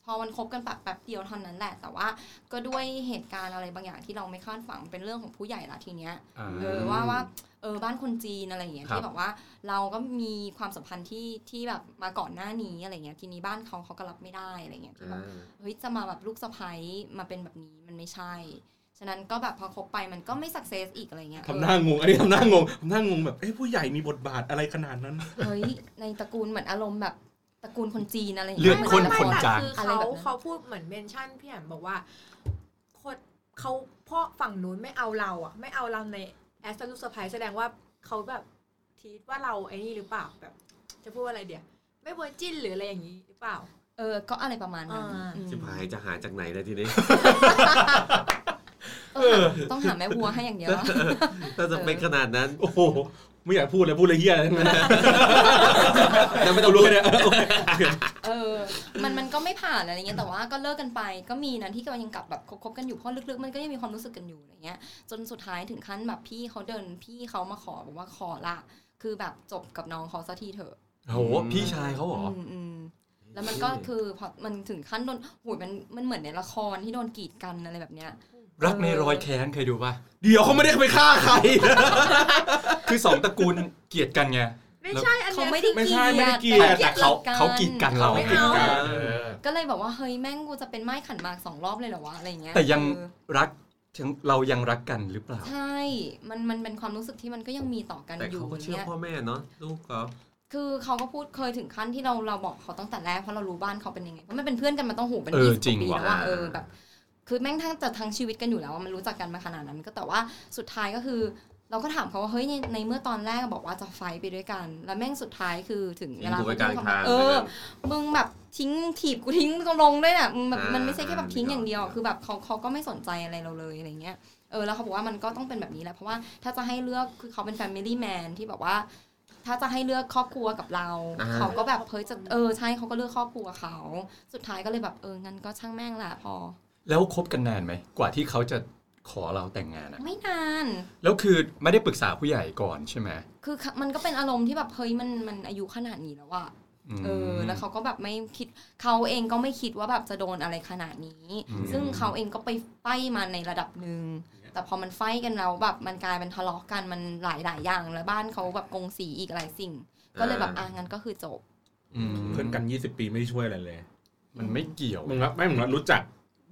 พอมันคบกันแบบแป๊บเดียวเท่านั้นแหละ แต่ว่าก็ด้วยเหตุการณ์อะไรบางอย่างที่เราไม่คาดฝันเป็นเรื่องของผู้ใหญ่ละทีเนี้ย อ่า เออว่าว่าเออบ้านคนจีนอะไรอย่างเงี้ย ครับ ที่บอกว่าเราก็มีความสัมพันธ์ที่ที่แบบมาก่อนหน้านี้อะไรเงี้ยทีนี้บ้านเขาเขาก็รับไม่ได้อะไรเงี้ยที่แบบเฮ้ยจะมาแบบลูกสะใภ้มาเป็นแบบนี้มันไม่ใช่ ฉะนั้นก็แบบพอคบไปมันก็ไม่สักเซสอีกอะไรเงี้ย ทำหน้างงอันนี้ทำหน้างงทำหน้างงแบบเอ้ผู้ใหญ่มีบทบาทอะไรขนาดนั้น เออเฮ้ยในตระกูลเหมือนอารมณ์แบบตระกูลคนจีนอะไรย่าง เลื เงี้ อย ด หมื ข้น ละ ค ร น ไม่ จาง แต่คือ อะไร เขา แบบนั้น เขาพูดเหมือนเมนชั่นพี่แหม่มบอกว่าคนเขาพ่อฝั่งนู้นไม่เอาเราอ่ะ ไม่เอาเราในแอสตันลูกสะพายแสดงว่าเขาแบบทีดว่าเราไอ้นี่หรือเปล่าแบบ จะพูดว่าอะไรเดี๋ยว ไม่เวอร์จินหรืออะไรอย่างนี้หรือเปล่า เออก็อะไรประมาณนั้น อ่า อืม ชิบหายจะหาจากไหนเลยทีนี้ เออต้องหาแม่วัวให้อย่างเดียว ถ้าจะเป็นขนาดนั้น โอ้โห ไม่อยากพูดเลยพูดเลยเฮียอะไรทั้งนั้น ไม่ต้องรู้ เนี่ย เออ มันมันก็ไม่ผ่านอะไรเงี้ย แต่ว่าก็เลิกกันไป ก็มีนะที่ก็ยังกลับแบบคบคบกันอยู่เพราะลึกๆ มันก็ยังมีความรู้สึกกันอยู่อะไรเงี้ย จนสุดท้ายถึงขั้นแบบพี่เขาเดิน พี่เขามาขอบอกว่าขอละ คือแบบจบกับน้องเขาสักทีเถอะ โหพี่ชายเขาเหรอ มอืมแล้วมันก็คือพอมันถึงขั้นโดนโหยมันมันเหมือนในละครที่โดนกีดกันอะไรแบบเนี้ย รักในรอยแค้นเคยดูป่ะ เดี๋ยวเขาไม่ได้ไปฆ่าใค ร คือสองตระกูลเกลียดกันไง ไม่ใช่อัน เขา เนี้ย ไม่ได้ ไม่ เกลี ใช่ ย ไม่ได้ ด เกลียด แต่เขาเขากีดกันเรา ไม่เอา เออ ก็เลยบอกว่าเฮ้ยแม่งกูจะเป็นไม้ขันหมากสองรอบเลยเหรอวะอะไรเงี้ย แต่ยัง เออ รักถึงเรายังรักกันหรือเปล่า ใช่ มัน มันเป็นความรู้สึกที่มันก็ยังมีต่อกัน แต่ อยู่ เขาก็เชื่อ เนี่ย พ่อแม่เนาะลูกเขา คือเขาก็พูดเคยถึงขั้นที่เรา เราบอกเขาตั้งแต่แรกเพราะเรารู้บ้านเขาเป็นยังไง เพราะมันเป็นเพื่อนกันมาต้องหูเป็น เออ ยี่สิบ จริง ปี ว่ะ แล้วว่าเออแบบ คือแม่งทั้งแต่ทั้งชีวิตกันอยู่แล้วอะมันรู้จักกันมาขนาดนั้น ก็แต่ว่าสุดท้ายก็คือ เราก็ถามเขาว่าเฮ้ยในในเมื่อตอนแรกบอกว่าจะไฟท์ไปด้วยกัน แล้วแม่งสุดท้ายคือถึงเว ทิ้ง ลา กูไว้กลางทาง เออ มึงแบบทิ้งถีบกูทิ้งลงด้วยน่ะมึงแบบ อ่ามั มันไม่ใช่แค่แบบทิ้งอย่างเดียว อ่า คือแบบเขาเขาก็ไม่สนใจอะไรเราเลยอะไรเงี้ยเออแล้วเขาบอกว่ามันก็ต้องเป็นแบบนี้แหละเพราะว่าถ้าจะให้เลือกคือเขาเป็น family man ที่แบบว่า ถ้าจะให้เลือกครอบครัวกับเรา อ่า เขาก็แบบเฮ้ยจะเออใช่เขาก็เลือกครอบครัวเขาสุดท้ายก็เลยแบบเอองั้นก็ช่างแม่งแหละพอ แล้วคบกันนานไหม กว่าที่เขาจะขอเราแต่งงานอะ ไม่นาน แล้วคือไม่ได้ปรึกษาผู้ใหญ่ก่อนใช่ไหม คือมันก็เป็นอารมณ์ที่แบบเฮ้ยมันมันอายุขนาดนี้แล้วอะ ม เออ แล้วเขาก็แบบไม่คิดเขาเองก็ไม่คิดว่าแบบจะโดนอะไรขนาดนี้ อืม ซึ่งเขาเองก็ไปไฟมาในระดับหนึ่ง แต่พอมันไฟกันแล้วแบบมันกลายเป็นทะเลาะกันมันหลายหลายๆอย่าง แล้วบ้านเขาแบบกงสีอีกหลายสิ่ง ก็เลยแบบอ่ะงั้นก็คือจบ อืม เพื่อนกัน 20 ปีไม่ได้ช่วยอะไรเลย มันไม่เกี่ยว มึงรับไม่มึงรับรู้จัก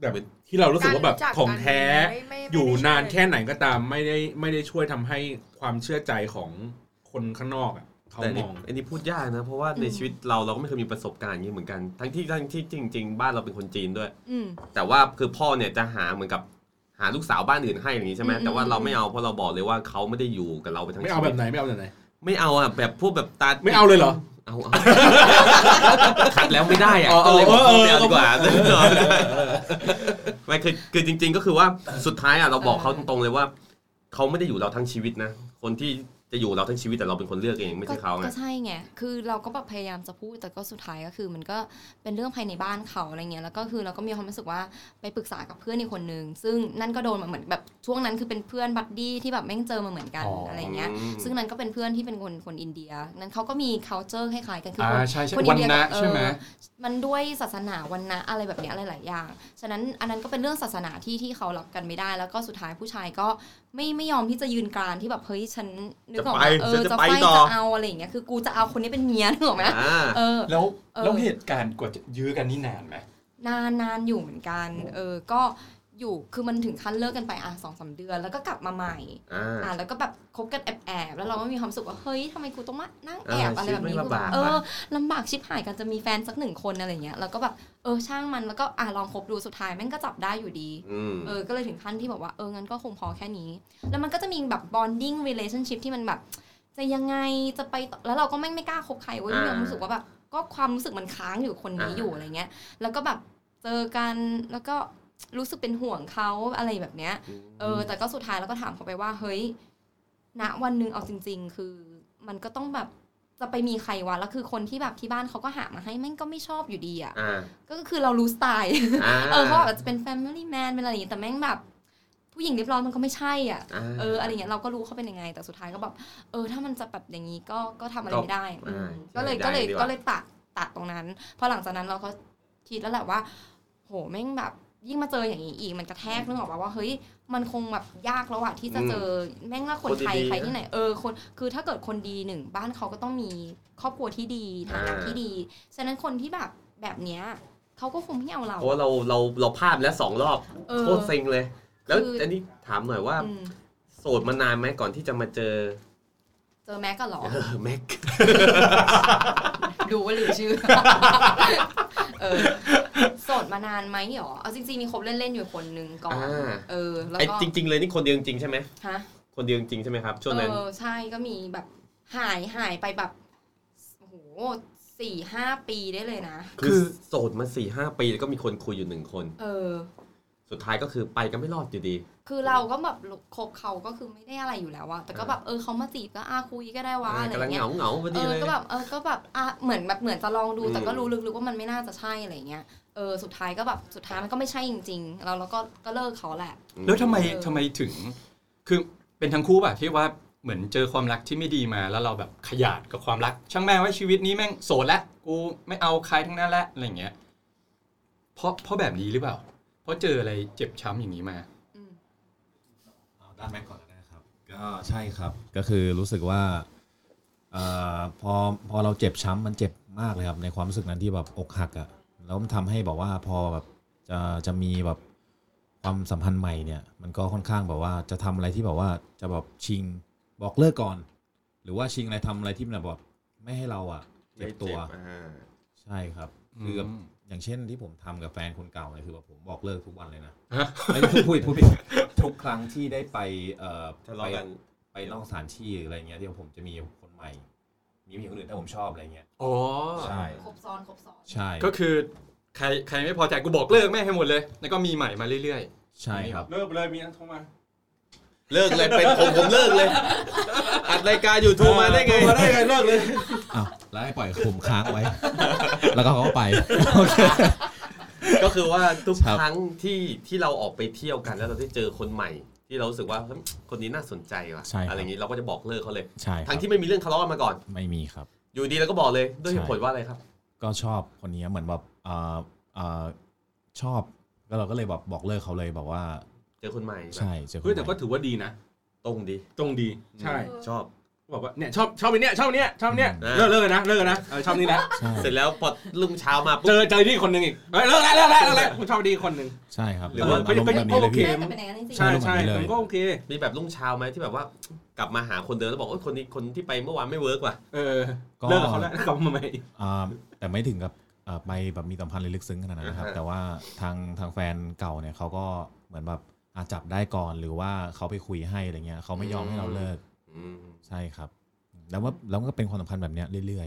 แบบที่เรารู้สึกว่าแบบ จัก ของ กัน แท้ ไม่ไม่ไม่ อยู่ ได้ช่วน านแค่ไหนก็ตามไม่ได้ไม่ได้ช่วยทำให้ความเชื่อใจของคนข้างนอกอะเขา แต่ ม นี่ อง อันนี้พูดยากนะ เพราะว่าในชีวิตเราเราก็ไม่เคยมีประสบการณ์อย่างนี้เหมือนกัน ทั้งที่ทั้งที่จริง ๆ บ้านเราเป็นคนจีนด้วย อืม แต่ว่าคือพ่อเนี่ยจะหาเหมือนกับหาลูกสาวบ้านอื่นให้อย่างนี้ใช่ไหม อืม แต่ว่าเราไม่เอาเพราะเราบอกเลยว่าเขาไม่ได้อยู่กับเราไปทั้ง ไม่ ชี เอาแบ วิต บไหนไม่เอาแบบไหน ไม่เอาอ่ะแบบพวกแบบตา ไม่เอาเลยเหรอ เอาเอา คัดแล้วไม่ได้อ่ะก็เลยบอก เออเออ ไม่เอาดีกว่าไม่คือคือจริง ๆ ก็ คือว่าสุดท้ายอ่ะเราบอกเขาตรงๆเลยว่าเขาไม่ได้อยู่เราทั้งชีวิตนะคนที่จะอยู่เราทั้งชีวิตแต่เราเป็นคนเลือกเองไม่ ก็ ใช่เขาไง ก็ใช่ไง คือเราก็แบบพยายามจะพูด แต่ก็สุดท้ายก็คือ มันก็เป็นเรื่องภายในบ้านเขาอะไรเงี้ย แล้วก็คือเราก็มีความรู้สึกว่าไปปรึกษากับเพื่อนอีกคนนึง ซึ่งนั่นก็โดนมาเหมือนแบบช่วงนั้นคือเป็นเพื่อนบัดดี้ที่แบบแม่งเจอมาเหมือนกัน อ๋ออ อะไรเงี้ย อืม ซึ่งนั้นก็เป็นเพื่อนที่เป็นคนคนอินเดีย นั้นเขาก็มี culture คล้ายๆกันคือ อ่า คน ใช่ใช่ คน วันอินเดีย นะ กับเออ ใช่ไหม มันด้วยศาสนาวันนะอะไรแบบเนี้ยหลาย ๆ อย่าง ฉะนั้นอันนั้นก็เป็นเรื่องศาสนาที่ที่เขารับกันไม่ได้ แล้วก็สุดท้ายผู้ชายก็ไม่ไม่ยอมที่จะยืนกรานที่แบบเฮ้ยฉันนึกออก จะ ว่า ไป เอ ฉั อน จะ จะ ไป ไป ต่อ จะเอาอะไรอย่างเงี้ย คือกูจะเอาคนนี้เป็นเมียนึกออกไหม อ่า เออ แล้ว เออ แล้วเหตุการณ์กว่าจะยื้อกันนี่นานไหม นานนานอยู่เหมือนกัน เออ ก็ อยู่คือมันถึงขั้นเลิกกันไปอ่ะสองสามเดือน แล้วก็กลับมาใหม่ อ่า อ่ะแล้วก็แบบคบกันแอบๆแล้วเราก็มีความรู้สุขว่าเฮ้ยทำไมกูต้องมานั่งแอบ เออ อะไรแบบนี้ ชีวิตมันลำบาก เอ ว่ะ อลำบากชิบหายกันจะมีแฟนสักหนึ่งคนอะไรเงี้ยแล้วก็แบบเออช่างมันแล้วก็อ่ะลองคบดูสุดท้ายแม่งก็จับได้อยู่ดี อืม เออก็เลยถึงขั้นที่บอกว่าเอองั้นก็คงพอแค่นี้ แล้วมันก็จะมีแบบ bonding relationship ที่มันแบบ จะยังไงจะไปต่อแล้วเราก็ไม่งไม่กล้าคบใครเว้ย อ่า มีความรู้สึกว่าแบบก็ความรู้สึกมันค้างอยู่คนนี้ อ่า อยู่อะไรเงี้ย แล้วก็แบบเจอกันแล้วก็รู้สึกเป็นห่วงเขาอะไรแบบเนี้ย เออแต่ก็สุดท้ายเราก็ถามเขาไปว่าเฮ้ยณวันหนึ่งเอาจริง ๆ คือมันก็ต้องแบบจะไปมีใครวะแล้วคือคนที่แบบที่บ้านเขาก็หามาให้แม่งก็ไม่ชอบอยู่ดีอ่ะ อ่า ก็คือเรารู้สไตล์ า เออเขาอาจจะเป็น family man เป็นอะไรอย่างงี้แต่แม่งแบบ ผู้หญิงเรียบร้อยมันก็ไม่ใช่อ่ะ า เอออะไรเงี้ยเราก็รู้เขาเป็นยังไง แต่สุดท้ายก็แบบเออถ้ามันจะแบบอย่างนี้ก็ก็ทำอะไรไม่ได้อืม ก็ ก็เลย ได้ ก็เลย ดีกว่า ก็เลยตัดตัดตรงนั้นพอหลังจากนั้นเราก็คิดแล้วแหละว่า โหแม่งแบบยิ่งมาเจออย่างนี้อีกมันกระแทกนึกออกป่าว่าเฮ้ยมันคงแบบยากแล้วอะที่จะเจอแม่งละคนไทย คนดีๆ ใครที่ไหนเออคนคือถ้าเกิดคนดีหนึ่งบ้านเขาก็ต้องมีครอบครัวที่ดีฐานะ อ่า ที่ดีฉะนั้นคนที่แบบแบบเนี้ยเขาก็คงไม่เอาเรา เพราะว่าเราเราเราพลาดมาแล้วสองรอบ เออ โคตรเซ็งเลย แล้ว คืออั อันนี้ถามหน่อยว่า อืม โสดมานานไหมก่อนที่จะมาเจอ เจอแม็กก็หรอ เออแม็ก ดูว่าลืมชื่อ เออโสดมานานไหมหรอ เอาจริงๆมีคบเล่นๆอยู่คนนึงก่อน อ่า เออ แล้ว ไอ้ ก็ จริง ๆ เลยนี่คนเดียวจริงๆใช่ไหม ฮะ คนเดียวจริงๆใช่ไหมครับช่วงนั้น เออใช่ก็มีแบบหายหายไปแบบโอ้โหสี่ห้าปีได้เลยนะ คือโสดมาสี่ห้าปีแล้วก็มีคนคุยอยู่หนึ่งคน เออ สุดท้ายก็คือไปกันไม่รอดอยู่ดี คือเราก็แบบคบเขาก็คือไม่ได้อะไรอยู่แล้วอะแต่ก็แบบเออเขามาจีบก็อาคุยก็ได้วะอะไร กำลัง เงี้ เห ย งาเหงาๆพอ เอ ดี อ เลย ก็แบบเออ ก็แบบอ่ะเหมือนแบบ เหมือนจะลองดู อืม แต่ก็รู้ลึกๆว่ามันไม่น่าจะใช่อะไรเงี้ย เออ สุดท้ายก็แบบ สุดท้ายมันก็ไม่ใช่จริงๆ เราเราก็ ก็เลิกเขาแหละ แล้วทำไม เออ ทำไมถึง คือเป็นทั้งคู่ป่ะที่ว่าเหมือนเจอความรักที่ไม่ดีมาแล้วเราแบบขยาดกับความรัก ช่างแม่งไว้ชีวิตนี้แม่งโสดแล้วกูไม่เอาใครทั้งนั้นและอะไรอย่างเงี้ยเพราะเพราะแบบนี้หรือเปล่า เพราะเจออะไรเจ็บช้ำอย่างนี้มา อืม เอาด้านแม็กก่อนก็ได้ครับ ก็ใช่ครับ ก็คือรู้สึกว่าเอ่อพอพอเราเจ็บช้ำมันเจ็บมากเลยครับ ในความรู้สึกนั้นที่แบบอกหักอะ่ะแล้วมันทำให้แบบว่าพอแบบจะจะมีแบบความสัมพันธ์ใหม่เนี่ย มันก็ค่อนข้างแบบว่าจะทำอะไรที่แบบว่าจะแบบชิงบอกเลิกก่อน หรือว่าชิงอะไรทำอะไรที่มันแบบไม่ให้เราอะ่ะเจ็บตัว ใช่ครับคือแบบ อืม อย่างเช่นที่ผมทำกับแฟนคนเก่าเนี่ยคือแบบผมบอกเลิกทุกวันเลยนะ ฮะ ไม่ได้พูดพูดผิดทุกครั้งที่ได้ไปเอ่อ ทะเลาะกัน ไปนอกสถานที่หรืออะไรเงี้ยเดี๋ยวผมจะมีคนใหม่ มีผู้หญิงคนอื่นถ้าผมชอบอะไรเงี้ย อ๋อ ใช่ ครบซ้อน ครบซ้อน ใช่ ก็คือใครใครไม่พอใจกูบอกเลิกแม่งให้หมดเลย แล้วก็มีใหม่มาเรื่อย ใช่ครับ เลิกไปเลยมีอันโทรมา เลิกเลยเป็นผมผมเลิก เลย อัดรายการอยู่โทรมาได้ไงมาได้ไงเลิกเลย อ้าวแล้วให้ปล่อยผมค้างไว้ แล้วก็เขาก็ไป ก็คือว่าทุก ครับ ครั้งที่ที่เราออกไปเที่ยวกันแล้วเราได้เจอคนใหม่ ที่เรารู้สึกว่าเฮ้ยคนนี้น่าสนใจว่ะ ใช่ครับ อะไรอย่างนี้เราก็จะบอกเลิกเขาเลย ใช่ครับ ทั้งที่ไม่มีเรื่องทะเลาะกันมาก่อน ไม่มีครับ อยู่ดีเราก็บอกเลยด้วยเหตุผลว่าอะไรครับ ก็ชอบคนนี้เหมือนแบบเอ่อเอ่อชอบแล้วเราก็เลยแบบบอกเลิกเขาเลยบอกว่า เจอคนใหม่ ใช่เจอคน เฮ้ยแต่ ใหม่ ก็ถือว่าดีนะ ตรงดี ตรงดีใช่ ชอบ บอกว่าเนี่ยชอบชอบอันเนี้ยชอบอันเนี้ยชอบอันเนี้ย อืม เลิกเลิกนะเลิกนะเออชอบนี้นะ ใช่ เสร็จแล้วพอรุ่งเช้ามาปุ๊ เจ บ อเจอที่คนหนึ่งอีกเฮ้ยเลิกแล้วเลิกแล้วเลิกแล้วกูชอบดีคนหนึ่ง ใช่ครับ หรือว่า อารมณ์แบบนี้เลยพี่ น่าจะเป็นอย่างนั้นจริง ใช่ อารมณ์แบบ ใช่ นี้เลย มันก็โอเค มีแบบรุ่งเช้าไหมที่แบบว่ากลับมาหาคนเดิมแล้วบอกโอ้ยคนนี้คนที่ไปเมื่อวานไม่เวิร์กว่ะ เออ ก็ เลิกกับเขาแล้วกลับมาใหม่ อ่าแต่ไม่ถึงกับอ่าไปแบบมีสัมพันธ์เลยลึกซึ้งขนาดนั้นนะครับ อ่าฮะ แต่ว่าทางทางแฟนเก่าเนี่ยเขาก็เหมือนแบบอาจับได้ก่อนหรือว่าเขาไปคุยให้อะไรเงี้ยเขาไม่ยอมให้เราเลิก อืม ใช่ครับ แล้วว่าแล้วมันก็เป็นความสัมพันธ์แบบเนี้ยเรื่อ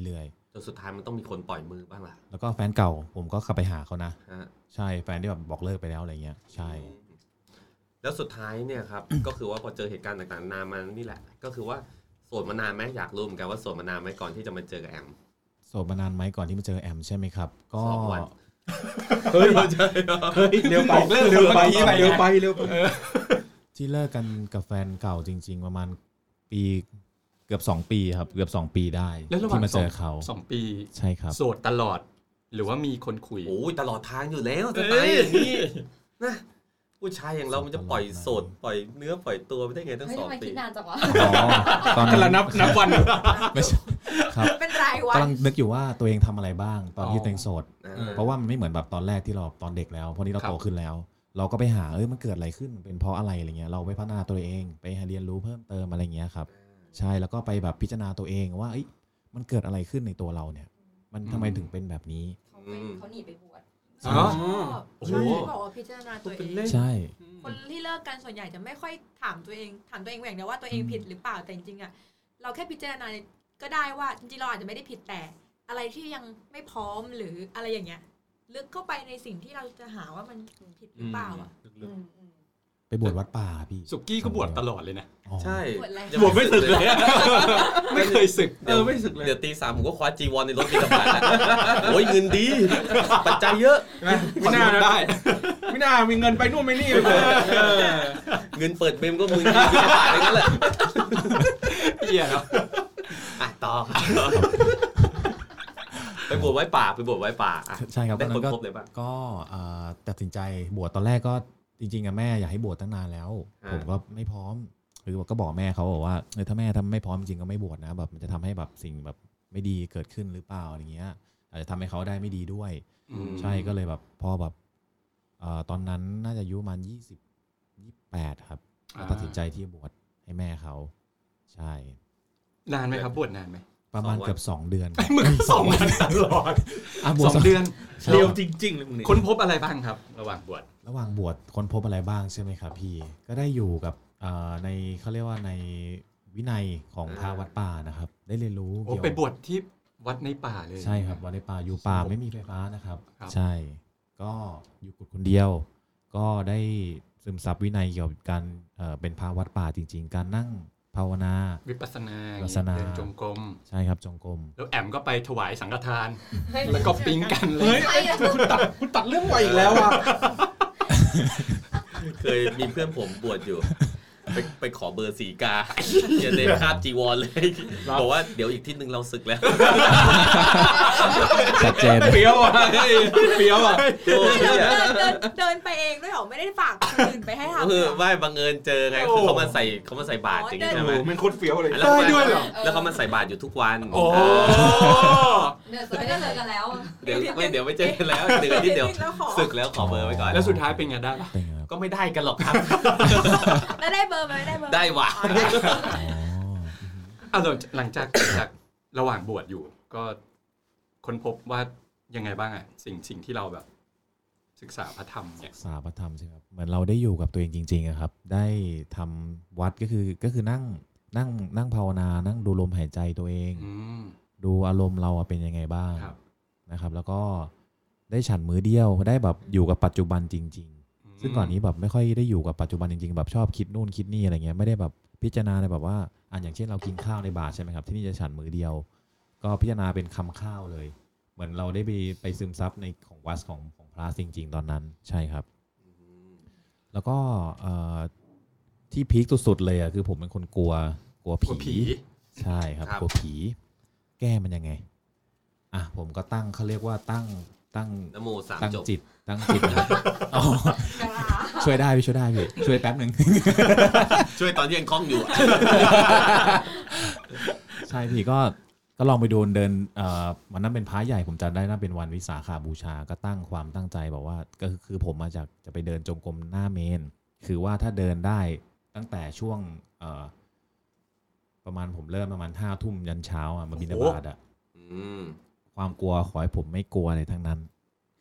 ยๆเรื่อย จนสุดท้ายมันต้องมีคนปล่อยมือบ้างล่ะ ๆ แล้วก็แฟนเก่าผมก็กลับไปหาเขานะ ฮะ ใช่แฟนที่แบบบอกเลิกไปแล้วอะไรเงี้ยใช่ แล้วสุดท้ายเนี่ยครับ ก็คือว่าพอเจอเหตุการณ์ต่างๆ นานมานี่แหละ ก็คือว่าโสดมานานไหมอยากรู้เหมือนกันว่าโสดมานานไหมก่อนที่จะมาเจอกับแอม โสดมานานไหมก่อนที่มาเจอแอมใช่ไหมครับ ก็ สองวัน เฮ้ย เฮ้ย เร็วไป บอกเลิก เร็วไป เมื่อกี้ไป เร็วไปเร็วไป ที่เลิกกันกับแฟนเก่าจริง ๆ ประมาณปีเกือบสองปีครับ เกือบสองปีได้ ๆ แล้วระหว่า ที่ ง มา ส เจ อง อเขา สองปี ใช่ครับ โสดตลอด หรือว่ามีคนคุย โอ้ยตลอดทางอยู่แล้วจะตายอย่างนี้นะผู้ชายอย่างเรามันจะปล่อยโสดปล่อยเนื้อปล่อยตัวไม่ได้ไง ๆ ตั้ง เฮ้ย สอ ทำ ง ไม ปี คิดนานจังวะ อ๋อตอน กำลั นั้ ง น นับนับวัน ไม่ใช่ครับ เป็นรายวัน กำลังนึกอยู่ว่าตัวเองทำอะไรบ้างตอนที่ตัวเองโสด อ่า เพราะว่ามันไม่เหมือนแบบตอนแรกที่เราตอนเด็กแล้วเพราะนี้เรา ครับ โตขึ้นแล้ว เราก็ไปหาเอ้ยมันเกิดอะไรขึ้นเป็นเพราะอะไรอะไรเงี้ยเราไปพัฒนาตัวเองไปหาเรียนรู้เพิ่มเติมอะไรเงี้ยครับ ใช่แล้วก็ไปแบบพิจารณาตัวเองว่าเอ้ยมันเกิดอะไรขึ้นในตัวเราเนี่ย มันทำไมถึงเป็นแบบนี้ เขาไปเขาหนีไปบวช อ๋ ช อ อบ โอ้ ช โห อบที่บอกว่าพิจารณาตัวเอง ใช่ คนที่เลิกกันส่วนใหญ่จะไม่ค่อยถามตัวเอง ถามตัวเองอย่างเดียวว่าตัวเองผิดหรือเปล่าแต่จริงๆอ่ะเราแค่พิจารณาก็ได้ว่าจริงๆเราอาจจะไม่ได้ผิดแต่ อะไรที่ยังไม่พร้อมหรืออะไรอย่างเงี้ยลึกเข้าไปในสิ่งที่เราจะหาว่ามันผิดหรือเปล่าอ่ะ อืม ไปบวชวัดป่าพี่ สุกี้ก็บวชตลอดเลยนะ อ๋อ ใช่ ปวดอะไร บวชไม่สึกเลย ไม่เคยศึก เออไม่สึกเลย เดี๋ยวตีสามผมก็คว้าจีวรในรถบินตบาทแล้ว โอ้ยเงินดี ปัจจัยเยอะ ไม่น่านะ ได้ ไม่น่ามีเงินไปนู่นไปนี่เลย เงินเปิดเมมก็มึงบินตบาทอย่างนั้นแหละ เหี้ยเนาะ อ่ะต่อไปบวชไว้ป่าไปบวชไว้ป่าอ่ะ ใช่ครับ ได้ ตอนนั้นก็ คนพบเลยปะ ก็เอ่อตัดสินใจบวชตอนแรกก็จริงๆอะแม่อยากให้บวชตั้งนานแล้ว อ่า ผมก็ไม่พร้อมหรือว่าก็บอกแม่เขาบอกว่าเออถ้าแม่ทำไม่พร้อมจริงก็ไม่บวชนะแบบมันจะทำให้แบบสิ่งแบบไม่ดีเกิดขึ้นหรือเปล่าอะไรเงี้ยอาจจะทำให้เขาได้ไม่ดีด้วย อืม ใช่ก็เลยแบบพอแบบเอ่อตอนนั้นน่าจะอายุประมาณยี่สิบยี่แปดครับก็ตัดสินใจที่จะบวชให้แม่เขา ใช่ นานไหมครับบวชนานไหม ประมาณ สองวัน เกือบสองเดือน มึงสองวันตลอด ะบวช สองเดือน ใช่ เร็วจริงๆเลยมึงนี่ ค้นพบอะไรบ้างครับ ระหว่างบวช ระหว่างบวชค้นพบอะไรบ้างใช่ไหมครับพี่ ก็ได้อยู่กับเอ่อในเขาเรียกว่าในวินัยของพระวัดป่านะครับ ได้เรียนรู้ โอ้ เกี่ยว ไปบวชที่วัดในป่าเลย ใช่ครับวัดในป่าอยู่ป่าไม่มีไฟฟ้านะครับ ครับ ใช่ ก็อยู่กุดคนเดียว ก็ได้ซึมซับวินัยเกี่ยวกับการเอ่อเป็นพระวัดป่าจริง ๆ การนั่งภาวนา วิปัสสนา วิปัสสนา เดินจงกรม ใช่ครับจงกร ม แล้วแอมก็ไปถวายสังฆทาน แล้วก็ปิ๊งกันเล เฮ้ ย ย คุณตัดคุณตัดเรื่องไวอีกแล้วอ่ะ เคยมีเพื่อนผมบวชอยู่ ไปไปขอเบอร์สีกาอย่าเลยคาบจีวรเลยบอกว่าเดี๋ยวอีกที่หนึ่งเราศึกแล้ว ชัดเจน เปรี้ยวอ่ะเฮ้ยเปรี้ยวอ่ะ โอ้ย เดินเดินเดินเดินไปเองด้วยเหรอไม่ได้ฝากคนอื่นไปให้ทำ คือ เหรอ ว่าบังเอิญเจอไงคือเขามาใส่เขามาใส่บาตรอย่างนี้ใช่ไหม โอ้โหแมันโคตรเฟี้ยวเลย แล้วเขา ได้ด้วยเหรอ แล้วเขามาใส่บาตรอยู่ทุกวัน โอ้ เออ เดินไม่ได้เจอกันแล้ว เดี๋ยวไม่เดี๋ยวไม่เจอกันแล้วเดี๋ยวที่เดี๋ยว แล้วขอ ศึกแล้วขอเบอร์ไว้ก่อน แล้วสุดท้ายเป็นไงได้ปะ เป็นไงครับ ก็ไม่ได้กันหรอกครับ แล้วได้เบอร์ไหมได้เบอร์หม ได้ว่ะ อ๋อได้ อ๋อ อ่ะหลังหลังจาก จากระหว่างบวชอยู่ ก็ค้นพบว่ายังไงบ้างอะสิ่งสิ่งที่เราแบบ ศึกษาพระธรรมเนี่ย สาปธรรมใช่ไหมครับ เหมือนเราได้อยู่กับตัวเองจริงๆอะครับ ได้ทำวัดก็คือก็คือนั่งนั่งนั่งภาวนานั่งดูลมหายใจตัวเอง อืม ดูอารมณ์เราอะเป็นยังไงบ้าง ครับ นะครับ แล้วก็ได้ฉันมือเดียวได้แบบอยู่กับปัจจุบันจริง ๆ ซึ่งก่อนนี้แบบไม่ค่อยได้อยู่กับปัจจุบันจริงๆ แบบชอบคิดนู่นคิดนี่อะไรเงี้ยไม่ได้แบบพิจารณาในแบบว่าอ่ะอย่างเช่นเรากินข้าวในบาทใช่ไหมครับที่นี่จะฉันมือเดียว ก็พิจารณาเป็นคำข้าวเลย เหมือนเราได้ไปไปซึมซับในของวัดของของพระจริง ๆ ตอนนั้นใช่ครับ แล้วก็เอ่อที่พีคสุดๆเลยอ่ะคือผมเป็นคนกลัวกลัว กลัวผี ผี ใช่ครับ ครับ กลัวผี แก้มันยังไง อ่ะผมก็ตั้งเขาเรียกว่าตั้งตั้ง นะโมสาม ตั้ง จบ จิต ตั้งจิตนะ อ๋อช่วยได้พี่ช่วยได้พี่ช่วยแป๊บหนึ่ง ช่วยตอนที่ยังคล้องอยู่อะ ใช่พี่ก็ก็ลองไปโดนเดินเอ่อวันนั้นเป็นพระใหญ่ผมจำได้น่าเป็นวันวิสาขาบูชาก็ตั้งความตั้งใจบอกว่าก็คือคือผมมาจากจะไปเดินจงกรมหน้าเมน คือว่าถ้าเดินได้ตั้งแต่ช่วงเอ่อประมาณผมเริ่มประมาณห้าทุ่มยันเช้าอ่ะมาบินบาตอ่ะ อืม ความกลัวขอให้ผมไม่กลัวอะไรทั้งนั้น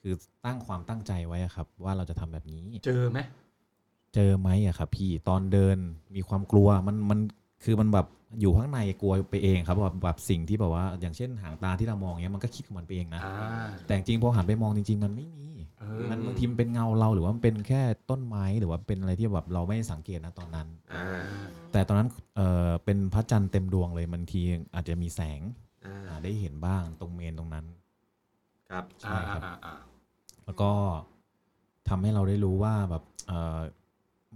คือตั้งความตั้งใจไว้อะครับ ว่าเราจะทำแบบนี้ เจอไหม เจอไหมอะครับพี่ตอนเดินมีความกลัวมันมันคือมันแบบอยู่ข้างในกลัวไปเองครับแบบแบบสิ่งที่แบบว่า อย่างเช่นหางตาที่เรามองเนี้ยมันก็คิดของมันไปเองนะ อ่า แต่จริงๆพอหันไปมองจริง ๆ มันไม่มี เออ มันบางทีมันเป็นเงาเราหรือว่ามันเป็นแค่ต้นไม้หรือว่าเป็นอะไรที่แบบเราไม่สังเกตนะตอนนั้น อ่า แต่ตอนนั้นเออเป็นพระจันทร์เต็มดวงเลยบางทีอาจจะมีแสง อ่า อ่าได้เห็นบ้างตรงเมนตรงนั้น ครับ ใช่ครับ อ่าอ่าอ่า แล้วก็ทำให้เราได้รู้ว่าแบบเออ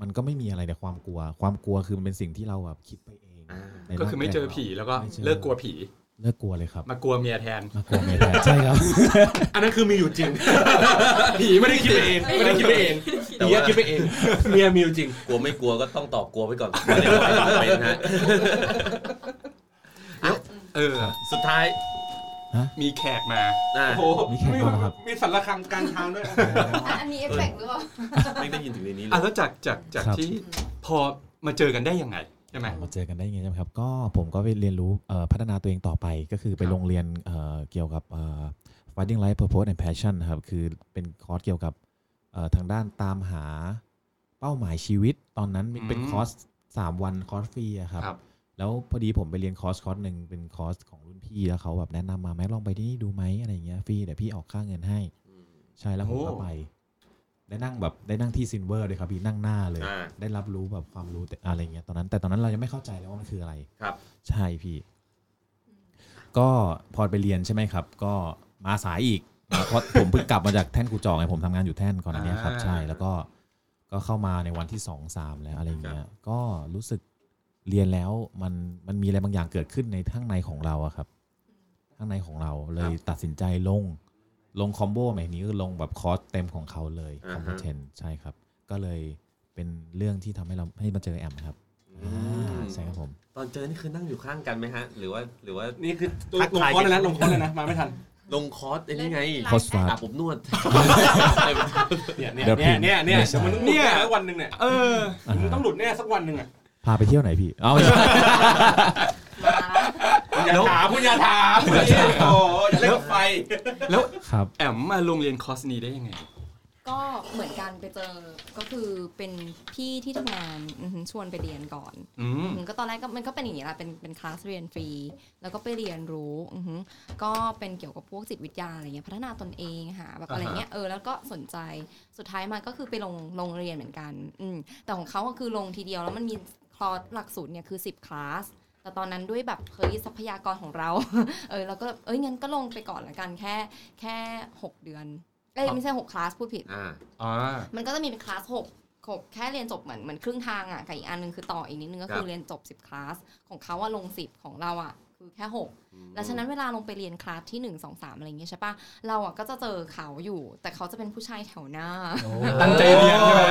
มันก็ไม่มีอะไรแต่ความกลัว ความกลัวคือมันเป็นสิ่งที่เราแบบคิดไปเอง อ่า ในร่าง ก็คือไม่เจอผี กายรา แล้วก็ ไม่เจอ เลิกกลัวผี เลิกกลัวเลยครับ มากลัวเมียแทน มากลัว ไม่ได้ใช่ครับ อันนั้นคือมีอยู่จริง ผีไม่ได้คิดไปเอง ไม่ได้คิดไปเอง แต่ ผี ว่า อะคิดไปเอง เมียมีอยู่จริง กลัวไม่กลัวก็ต้องตอบกลัวไว้ก่อนไม่ได้บอกให้ตอบเป็นนะฮะ เออ สุดท้าย ฮะ มีแขกมา อ่า โอ้โห มีแขกมาครับ มีสันระคังกลารทางด้วย อ่ะอันนี้เอฟเฟกต์หรือเปล่า ไม่ได้ยินถึงในนี้เล อ่ะ ย แล้วจากจากจาก ครับ ที่พอมาเจอกันได้ยังไงใช่ไหม มาเจอกันได้ยังไงใช่ไหมครับ ก็ผมก็ไปเรียนรู้เอ่อพัฒนาตัวเองต่อไปก็คือไป ครับ โรงเรียนเอ่อเกี่ยวกับเอ่อ finding life purpose and passion นะครับคือเป็นคอร์สเกี่ยวกับเอ่อทางด้านตามหาเป้าหมายชีวิต ตอนนั้นมันเป็น อืม คอร์สสามวันคอร์สฟรีอะครับ ครับ แล้วพอดีผมไปเรียนคอร์สคอร์สหนึ่งเป็นคอร์สของรุ่นพี่แล้วเขาแบบแนะนำมาแม็กลองไปที่นี่ดูไหมอะไรอย่างเงี้ยฟรีเดี๋ยวพี่ออกค่าเงินให้ ใช่แล้วผมก็ โอ้ ไป ได้นั่งแบบได้นั่งที่ซินเวอร์เลยครับพี่นั่งหน้าเลย อ่า ได้รับรู้แบบความรู้แต่อะไรเงี้ยตอนนั้น แต่ตอนนั้นเรายังไม่เข้าใจเลยว่ามันคืออะไร ครับ ใช่พี่ ก็พอไปเรียนใช่ไหมครับ ก็มาสายอีกมาเพราะ ผมเพิ่งกลับมาจากแท่นกูจองไงผมทำงานอยู่แท่นก่อนอันเนี้ยครับ อ่า ใช่แล้วก็ก็เข้ามาในวันที่สองสามแล้วอะไรเงี้ยก็รู้สึกเรียนแล้วมันมันมีอะไรบางอย่างเกิดขึ้นในข้างในของเราอะครับ ข้างในของเราเลยตัดสินใจลงลงคอมโบใหม่นี้คือลงแบบคอร์สเต็มของเขาเลย อ่าฮะคอมโบเทนใช่ครับ ก็เลยเป็นเรื่องที่ทำให้เราให้มาเจอแอมครับอ่าใช่ครับผม ตอนเจอนี่คือนั่งอยู่ข้างกันไหมฮะ หรือว่าหรือว่า นี่คือ ทัก ลง ทาย คอร์สเลยนะ กัน ลงคอร์สเลยนะมาไม่ทัน ลงคอร์สไอ้นี่ไง คอสฟา อาบอบนวด เนี่ยเนี่ย เดี๋ยวผิด เนี่ยเนี่ย ไม่ เนี่ย ใช่ เดี๋ยวมันต้องหลุดแน่สักวันหนึ่งเนี่ย เออ มันต้องหลุดแน่สักวันหนึ่งอ่ะ พาไปเที่ยวไหนพี่เอาไม่ใช่ คุณอย่าถามคุณอย่าถามคุณอย่าถามโอ้โหอย่าเล่นกับไฟ แล้ว ครับ แอมมาโรงเรียนคอร์สนี้ได้ยังไง ก็เหมือนกันไปเจอก็คือเป็นพี่ที่ทำงานอือหือชวนไปเรียนก่อน อืม อืมก็ตอนแรกก็มันก็เป็นอย่างนี้แหละเป็นเป็นคลาสเรียนฟรี แล้วก็ไปเรียนรู้อือหือก็เป็นเกี่ยวกับพวกจิตวิทยาอะไรเงี้ยพัฒนาตนเองหาแบบอะไรเงี้ยเออแล้วก็สนใจสุดท้ายมาก็คือไปลงโรงเรียนเหมือนกันอืมแต่ของเขาก็คือลงทีเดียวแล้วมันมีคลอร์สหลักสูตรเนี่ยคือ 10 คลาส แต่ตอนนั้นด้วยแบบเฮ้ยทรัพยากรของเรา เออเราก็แบบเอ้ยงั้นก็ลงไปก่อนละกันแค่แค่ 6 เดือนเอ้ยไม่ใช่6คลาสพูดผิด อ่า อ่า มันก็จะมีเป็นคลาสหกหกแค่เรียนจบเหมือนเหมือนครึ่งทางอ่ะกับอีกอันหนึงคือต่ออีกนิดนึงก็คื ครั อบ เรียนจบ 10 คลาส ของเขาอะลง 10 ของเราอ่ะคือแค่ 6 แล้วฉะนั้นเวลาลงไปเรียนคลาสที่ 1 2 3 อะไรอย่างเงี้ยใช่ปะเราอ่ะก็จะเจอเขาอยู่ แต่เขาจะเป็นผู้ชายแถวหน้า ตั้งใจเรียนใช่ไหม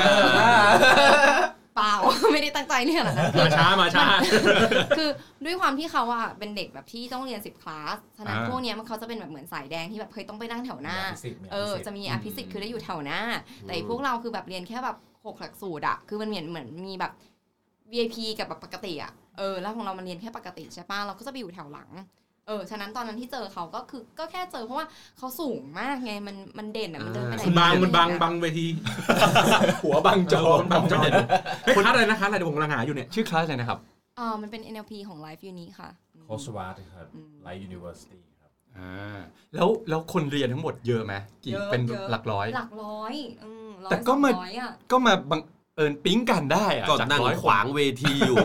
เปล่า ไม่ได้ตั้งใจเรียนหรอกนะ มาช้ามาช้า คือด้วยความที่เขาอะเป็นเด็กแบบที่ต้องเรียน 10 คลาส ฉะนั้น อ่า พวกเนี้ยมันเขาจะเป็นแบบเหมือนสายแดงที่แบบเคยต้องไปนั่งแถวหน้า มีอภิสิทธิ์มีอภิสิทธิ์ เออ จะมีอภิสิทธิ์คือได้อยู่แถวหน้า อืม แต่ไอ้พวกเราคือแบบเรียนแค่แบบหกหลักสูตรอะคือมันเหมือนเหมือนมีแบบ VIP กับแบบปกติอะเออ แล้วของเรามันเรียนแค่ปกติใช่ปะเราก็จะไปอยู่แถวหลัง เออ ฉะนั้นตอนนั้นที่เจอเขาก็คือก็แค่เจอเพราะว่าเขาสูงมากไง มันมันเด่นอะมันเดินไปไหน มันบาง ไได้ มันบาง อะ บางเวที หัวบังจอ มันบางจอเฮ้ยคัดอะไรนะคัดอะไรเดี๋ยวผมกำลังหาอยู่เนี่ย ชื่อคลาสอะไรนะครับ เออมันเป็น NLP ของ Life Unique ค่ะอืม โคสวาร์ดครับ อืม ไลท์ยูนิเวอร์ซิตี้ครับ อ่า แล้วแล้วคนเรียนทั้งหมดเยอะไหมกี่ เยอะ เป็น เยอะ หลักร้อย หลักร้อยอืมร้อย แต่ก็มา สองร้อยอะ ก็มาบังเอิญปิ๊งกันได้อะ ก็ จาก นั่ง ร้อย ขวางเวทีอยู่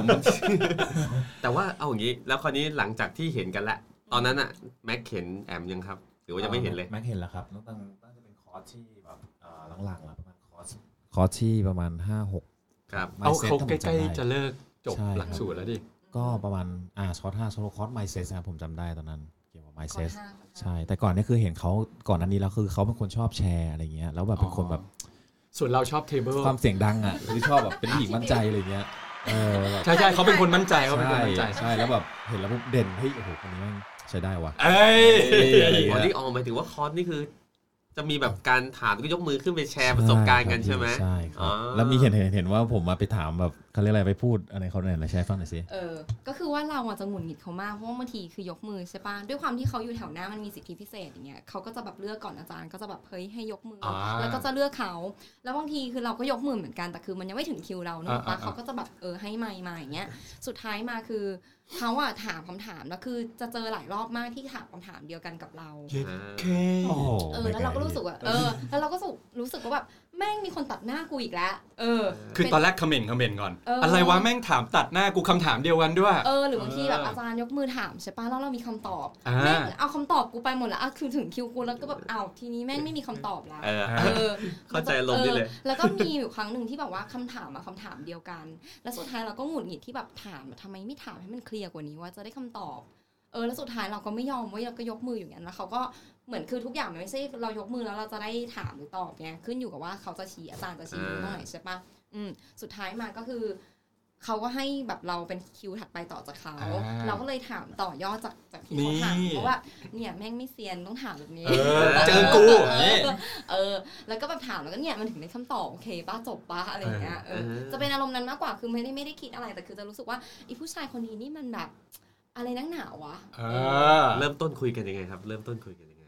แต่ว่าเอาอย่างนี้ แล้วคราวนี้หลังจากที่เห็นกันละตอนนั้นอะแม็กเห็นแอมยังครับ หรือว่ายังไม่เห็นเลย แม็กเห็นแล้วครับตั้งแต่ตั้งแต่เป็นคอร์สที่แบบอ่าหลังๆแล้วประมาณคอร์สคอร์สที่ประมาณห้าหก ครับ เอา mindset เขา ถ้ผใกล้มำได้ ๆจะเลิกจบ ใช่ครับ หลักสูตรแล้วดิ ก็ประมาณอ่าคอร์สห้าคอร์สไมเซสครับผมจำได้ตอนนั้น เกี่ยวกับไมเซส ก่อนห้าก่อนห้า ใช่ แต่ก่อนเนี่ยคือเห็นเขาก่อนนั้นนี้แล้วคือเขาเป็นคนชอบแชร์อะไรเงี้ย แล้วแบบเป็นคนแบบ ส่วนเราชอบเทเบิล ความเสียงดังอ่ะ คือชอบแบบเป็นผู้หญิงมั่นใจอะไรเงี้ย เออแบบ ใช่ใช่เขาเป็นคนมั่นใจเขาเป็นคน ใช่ มั่นใจ ใช่ แล้วแบบเห็นแล้วปุ๊บเด่น เฮ้ย โอ้โห คนนี้แม่งใช้ได้ว่ะ เอ้ย อ๋อนี่ออกหมายถึงว่าคอร์สนี่คือ จะมีแบบการถามก็ยกมือขึ้นไปแชร์ประสบการณ์กันใช่ไหม ใช่ค อ๋ รั อ บ แล้วมีเห็นเห็นเห็นว่าผมมาไปถามแบบเขาเรียกอะไรไปพูดอะไรเขาเนี่ยนะแชร์ให้ฟังหน่อยสิ เออ ก็คือว่าเราอ่ะจะหงุดหงิดเขามาก เพราะว่าบางทีคือยกมือใช่ปะด้วยความที่เขาอยู่แถวหน้ามันมีสิทธิพิเศษอย่างเงี้ยเขาก็จะแบบเลือกก่อนอาจารย์ก็จะแบบเฮ้ยให้ยกมืออา แล้วก็จะเลือกเขาแล้วบางทีคือเราก็ยกมือเหมือนกันแต่คือมันยังไม่ถึงคิวเราเนอะ อ่าอ่า ปะ อ่า เขาก็จะแบบเออให้ไมค์มาอย่างเงี้ยสุดท้ายมาคือเขาอ่ะถามคำถามแล้วคือจะเจอหลายรอบมากที่ถามคำถามเดียวกันกับเรา อ่า โอ้โห เออแล้วเราก็รู้สึกว่าเออ แล้วเราก็รู้สึกรู้สึกว่าแบบแม่งมีคนตัดหน้ากูอีกแล้วเออ คือตอนแรกคอมเมนต์คอมเมนต์ก่อน เอออ อะไรวะแม่งถามตัดหน้ากูคำถามเดียวกันด้วย เออหรือบางทีแบบ เออ อาจารย์ยกมือถามใช่ปะแล้วเรามีคำตอบ อ่า แม่งเอาคำตอบกูไปหมดแล้วอ่ะคือถึงคิวกูแล้วก็แบบอ้าวทีนี้แม่งไม่มีคำตอบแล้ว เออ เออ เข้าใจอารมณ์นี่เลย ออแล้วก็มีอยู่ครั้งหนึ่งที่แบบว่าคำถามอะคำถามเดียวกัน แล้วสุดท้ายเราก็หงุดหงิดที่แบบถามอะทำไมไม่ถามให้มันเคลียร์กว่านี้ว่าจะได้คำตอบเออแล้วสุดท้ายเราก็ไม่ยอมเว้ยเราก็ยกมืออยู่อย่างนั้นแล้วเขาก็เหมือนคือทุกอย่างมันไม่ใช่เรายกมือแล้วเราจะได้ถามหรือตอบไงขึ้นอยู่กับว่าเขาจะชี้อาจารย์จะชี้ตรงไหนใช่ปะอืมสุดท้ายมาก็คือ เขาก็ให้แบบเราเป็นคิวถัดไปต่อจากเขา อ่า เราก็เลยถามต่อยอดจากจากที่ นี่ เขาถามเพราะว่าเนี่ยแม่งไม่เซียนต้องถามแบบนี้ เออเจอกูอย่างนี้ เออ แล้วก็แบบถามแล้วก็เนี่ยมันถึงได้คำตอบโอเคป้าจบป้าอะไรอย่างเงี้ยเออ เออ จะเป็นอารมณ์นั้นมากกว่าคือไม่ได้ไม่ได้คิดอะไรแต่คือจะรู้สึกว่าไอ้ผู้ชายคนนี้นี่มันแบบ อะไรนักหนาวะ เออ เริ่มต้นคุยกันยังไงครับ เริ่มต้นคุยกันยังไง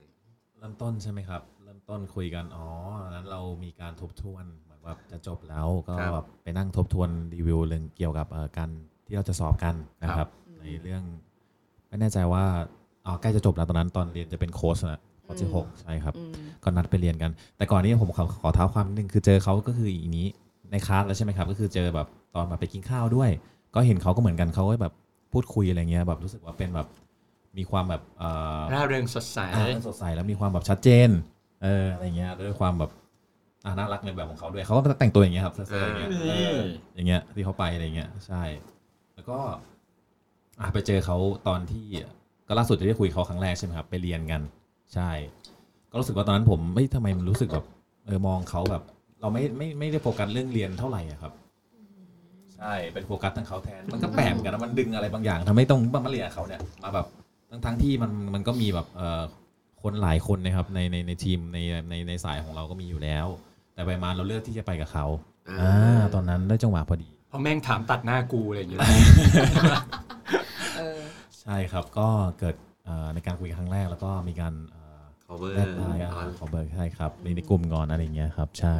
เริ่มต้นใช่ไหมครับ เริ่มต้นคุยกัน อ๋อนั้นเรามีการทบทวนเหมือนว่าจะจบแล้วก็ ครับ ไปนั่งทบทวนรีวิวเรื่องเกี่ยวกับเอ่อการที่เราจะสอบกันนะครับ ครับ ในเรื่อง ไม่แน่ใจว่าอ๋อใกล้จะจบแล้วตอนนั้นตอนเรียนจะเป็นโค้ชนะโค้ชที่หกใช่ครับ อืม ก็นัดไปเรียนกัน แต่ก่อนนี้ผมขอขอเท้าความนิดนึงคือเจอเขาก็คืออีนี้ในคลาสแล้วใช่ไหมครับ ก็คือเจอแบบตอนแบบไปกินข้าวด้วย ก็เห็นเขาก็เหมือนกันเขาก็แบบพูดคุยอะไรเงี้ยแบบรู้สึกว่าเป็นแบบมีความแบบเอ่อ ร่าเริงสดใส อ่าสดใสแล้วมีความแบบชัดเจน เอออะไรเงี้ยด้วยความแบบอ่าน่ารักในแบบของเขาด้วยเขาก็แต่งตัวอย่างเงี้ยครับเสื้อๆอย่างเงี้ย เออ เอออย่างเงี้ยที่เขาไปอะไรเงี้ยใช่ แล้วก็อ่าไปเจอเขาตอนที่ก็ล่าสุดที่ได้คุยเขาครั้งแรกใช่ไหมครับไปเรียนกัน ใช่ ก็รู้สึกว่าตอนนั้นผมไม่ทำไมมันรู้สึกแบบเออมองเขาแบบ เราไม่ไม่ไม่ได้โฟกัสเรื่องเรียนเท่าไหร่อะครับ ใช่เป็นโฟกัสทางเขาแทนมันก็แปลกเหมือนกันนะมันดึงอะไรบางอย่างทำให้ต้องมาเรียนกับเขาเนี่ยมาแบบทั้งทั้งที่มันมันก็มีแบบเอ่อคนหลายคนนะครับในในในทีมในในในสายของเราก็มีอยู่แล้ว แต่ไปมาเราเลือกที่จะไปกับเขาอ่าตอนนั้นได้จังหวะพอดี เพราะแม่งถามตัดหน้ากูอะไรอย่างเงี้ย เออ ใช่ครับก็เกิดเอ่อในการคุยครั้งแรกแล้วก็มีการเอ่อ cover แลกไลน์อ่าขอเบอร์ใช่ครับในในกลุ่มงอนอะไรอย่างเงี้ยครับใช่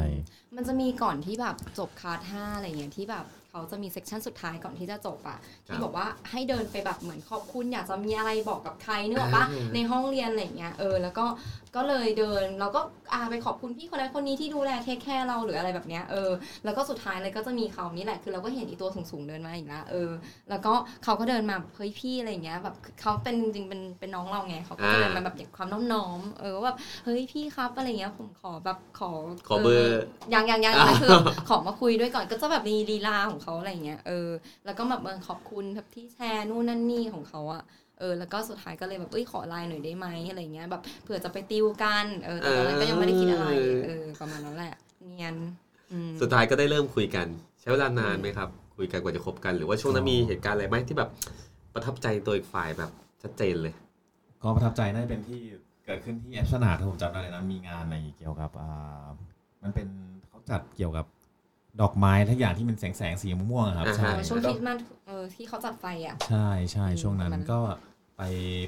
มันจะมีก่อนที่แบบจบคลาสห้าอะไรอย่างเงี้ยที่แบบเขาจะมีเซกชันสุดท้ายก่อนที่จะจบอะที่บอกว่าให้เดินไปแบบเหมือนขอบคุณอยากจะมีอะไรบอกกับใครนึกออกปะ อืม ในห้องเรียนอะไรอย่างเงี้ยเออแล้วก็ก็เลยเดินเราก็อ่าไปขอบคุณพี่คนนั้นคนนี้ที่ดูแลเทคแคร์เราหรืออะไรแบบเนี้ยเออแล้วก็สุดท้ายเลยก็จะมีเขานี่แหละคือเราก็เห็นอีตัวสูงๆเดินมาอีกละเออ แล้วก็เขาก็เดินมาแบบเฮ้ยพี่อะไรอย่างเงี้ยแบบเขาเป็นจริงๆเป็นเป็นน้องเราไงเขาก็จะเดินมาแบบอย่างความน้อมๆเออว่าแบบเฮ้ยพี่ครับอะไรอย่างเงี้ยผมขอแบบขอ ขอเบอร์ ยังยังยัง อ่า คือ ขอมาคุยด้วยก่อนก็จะแบบมีลีลาของเขาอะไรอย่างเงี้ยเออแล้วก็แบบเออขอบคุณแบบที่แชร์นู่นนั่นนี่ของเขาอะเออแล้วก็สุดท้ายก็เลยแบบเอ้ยขอไลน์หน่อยได้ไหมอะไรเงี้ยแบบเผื่อจะไปติวกันเออแต่ตอนนั้นก็ยังไม่ได้คิดอะไรเออประมาณนั้นแหละเนียนอืม สุดท้ายก็ได้เริ่มคุยกัน ใช้เวลานานไหมครับ คุยกันกว่าจะคบกัน หรือว่าช่วงนั้นมีเหตุการณ์อะไรไหมที่แบบประทับใจตัวอีกฝ่ายแบบชัดเจนเลย ก็ประทับใจน่าจะเป็นที่เกิดขึ้นที่แอปสนาที่ผมจำได้เลยนะมีงานในเกี่ยวกับอ่ามันเป็นเขาจัดเกี่ยวกับดอกไม้ทุกอย่างที่มันแสงแสงๆสีม่วงๆอะครับ อ่าฮะ ใช่ ช่วงคริสต์มาสเออที่เขาจัดไฟอ่ะ ใช่ใช่ อืม ช่วงนั้ ป น ระมาณนั้น ก็ไป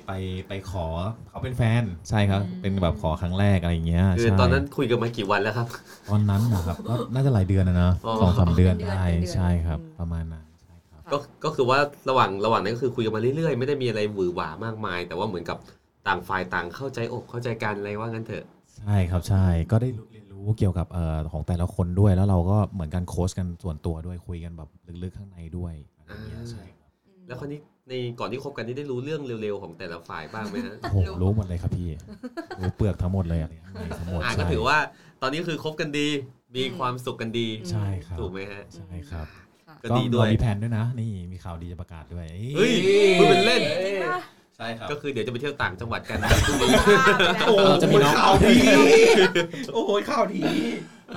ไปไปขอเขาเป็นแฟนใช่ครับ เป็นแบบขอครั้งแรกอะไรอย่างเงี้ย คือ ใช่ ตอนนั้นคุยกันมากี่วันแล้วครับ ตอนนั้นนะครับก็น่าจะหลายเดือนนะเนอะ อ๋อ สองสามเดือน เป็นเดือน ได้ เป็นเดือน ใช่ครับ อืม ประมาณนั้นใช่ครับ ก็ก็คือว่าระหว่างระหว่างนั้นก็คือคุยกันมาเรื่อยๆ ไม่ได้มีอะไรหวือหวามากมาย แต่ว่าเหมือนกับต่างฝ่ายต่างเข้าใจอกเข้าใจกันอะไรว่างั้นเถอะ ใช่ครับใช่ก็ได้รู้เรียนรู้เกี่ยวกับเอ่อของแต่ละคนด้วยแล้วเราก็เหมือนกันโค้ชกันส่วนตัวด้วยคุยกันแบบลึกๆข้างในด้วยอะไรอย่างเงี้ย อ่า ใช่ครับ แล้วคนนี้ในก่อนที่คบกันนี่ได้รู้เรื่องเร็วๆของแต่ละฝ่ายบ้างไหมฮะ โอ้โหรู้หมดเลยครับ พี่รู้เปลือกทั้งหมดเลยอะไรข้างในทั้งหมด อ่ะ ใช่ ก็ถือว่าตอนนี้คือคบกันดี มี อืม ความสุขกันดี ใช่ครับ ถูกไหมฮะ ใช่ครับ ค่ะ ก็ ก็ ดีด้วย เรามีแผนด้วยนะ นี่มีข่าวดีจะประกาศด้วยเอ้ย เฮ้ยพูดเป็นเล่น จริงป่ะ ใช่ครับ ก็คือเดี๋ยวจะไปเที่ยวต่างจังหวัดกัน โอ้โห เราจะมีน้อง ข่าวดีโอ้โหข่าวดี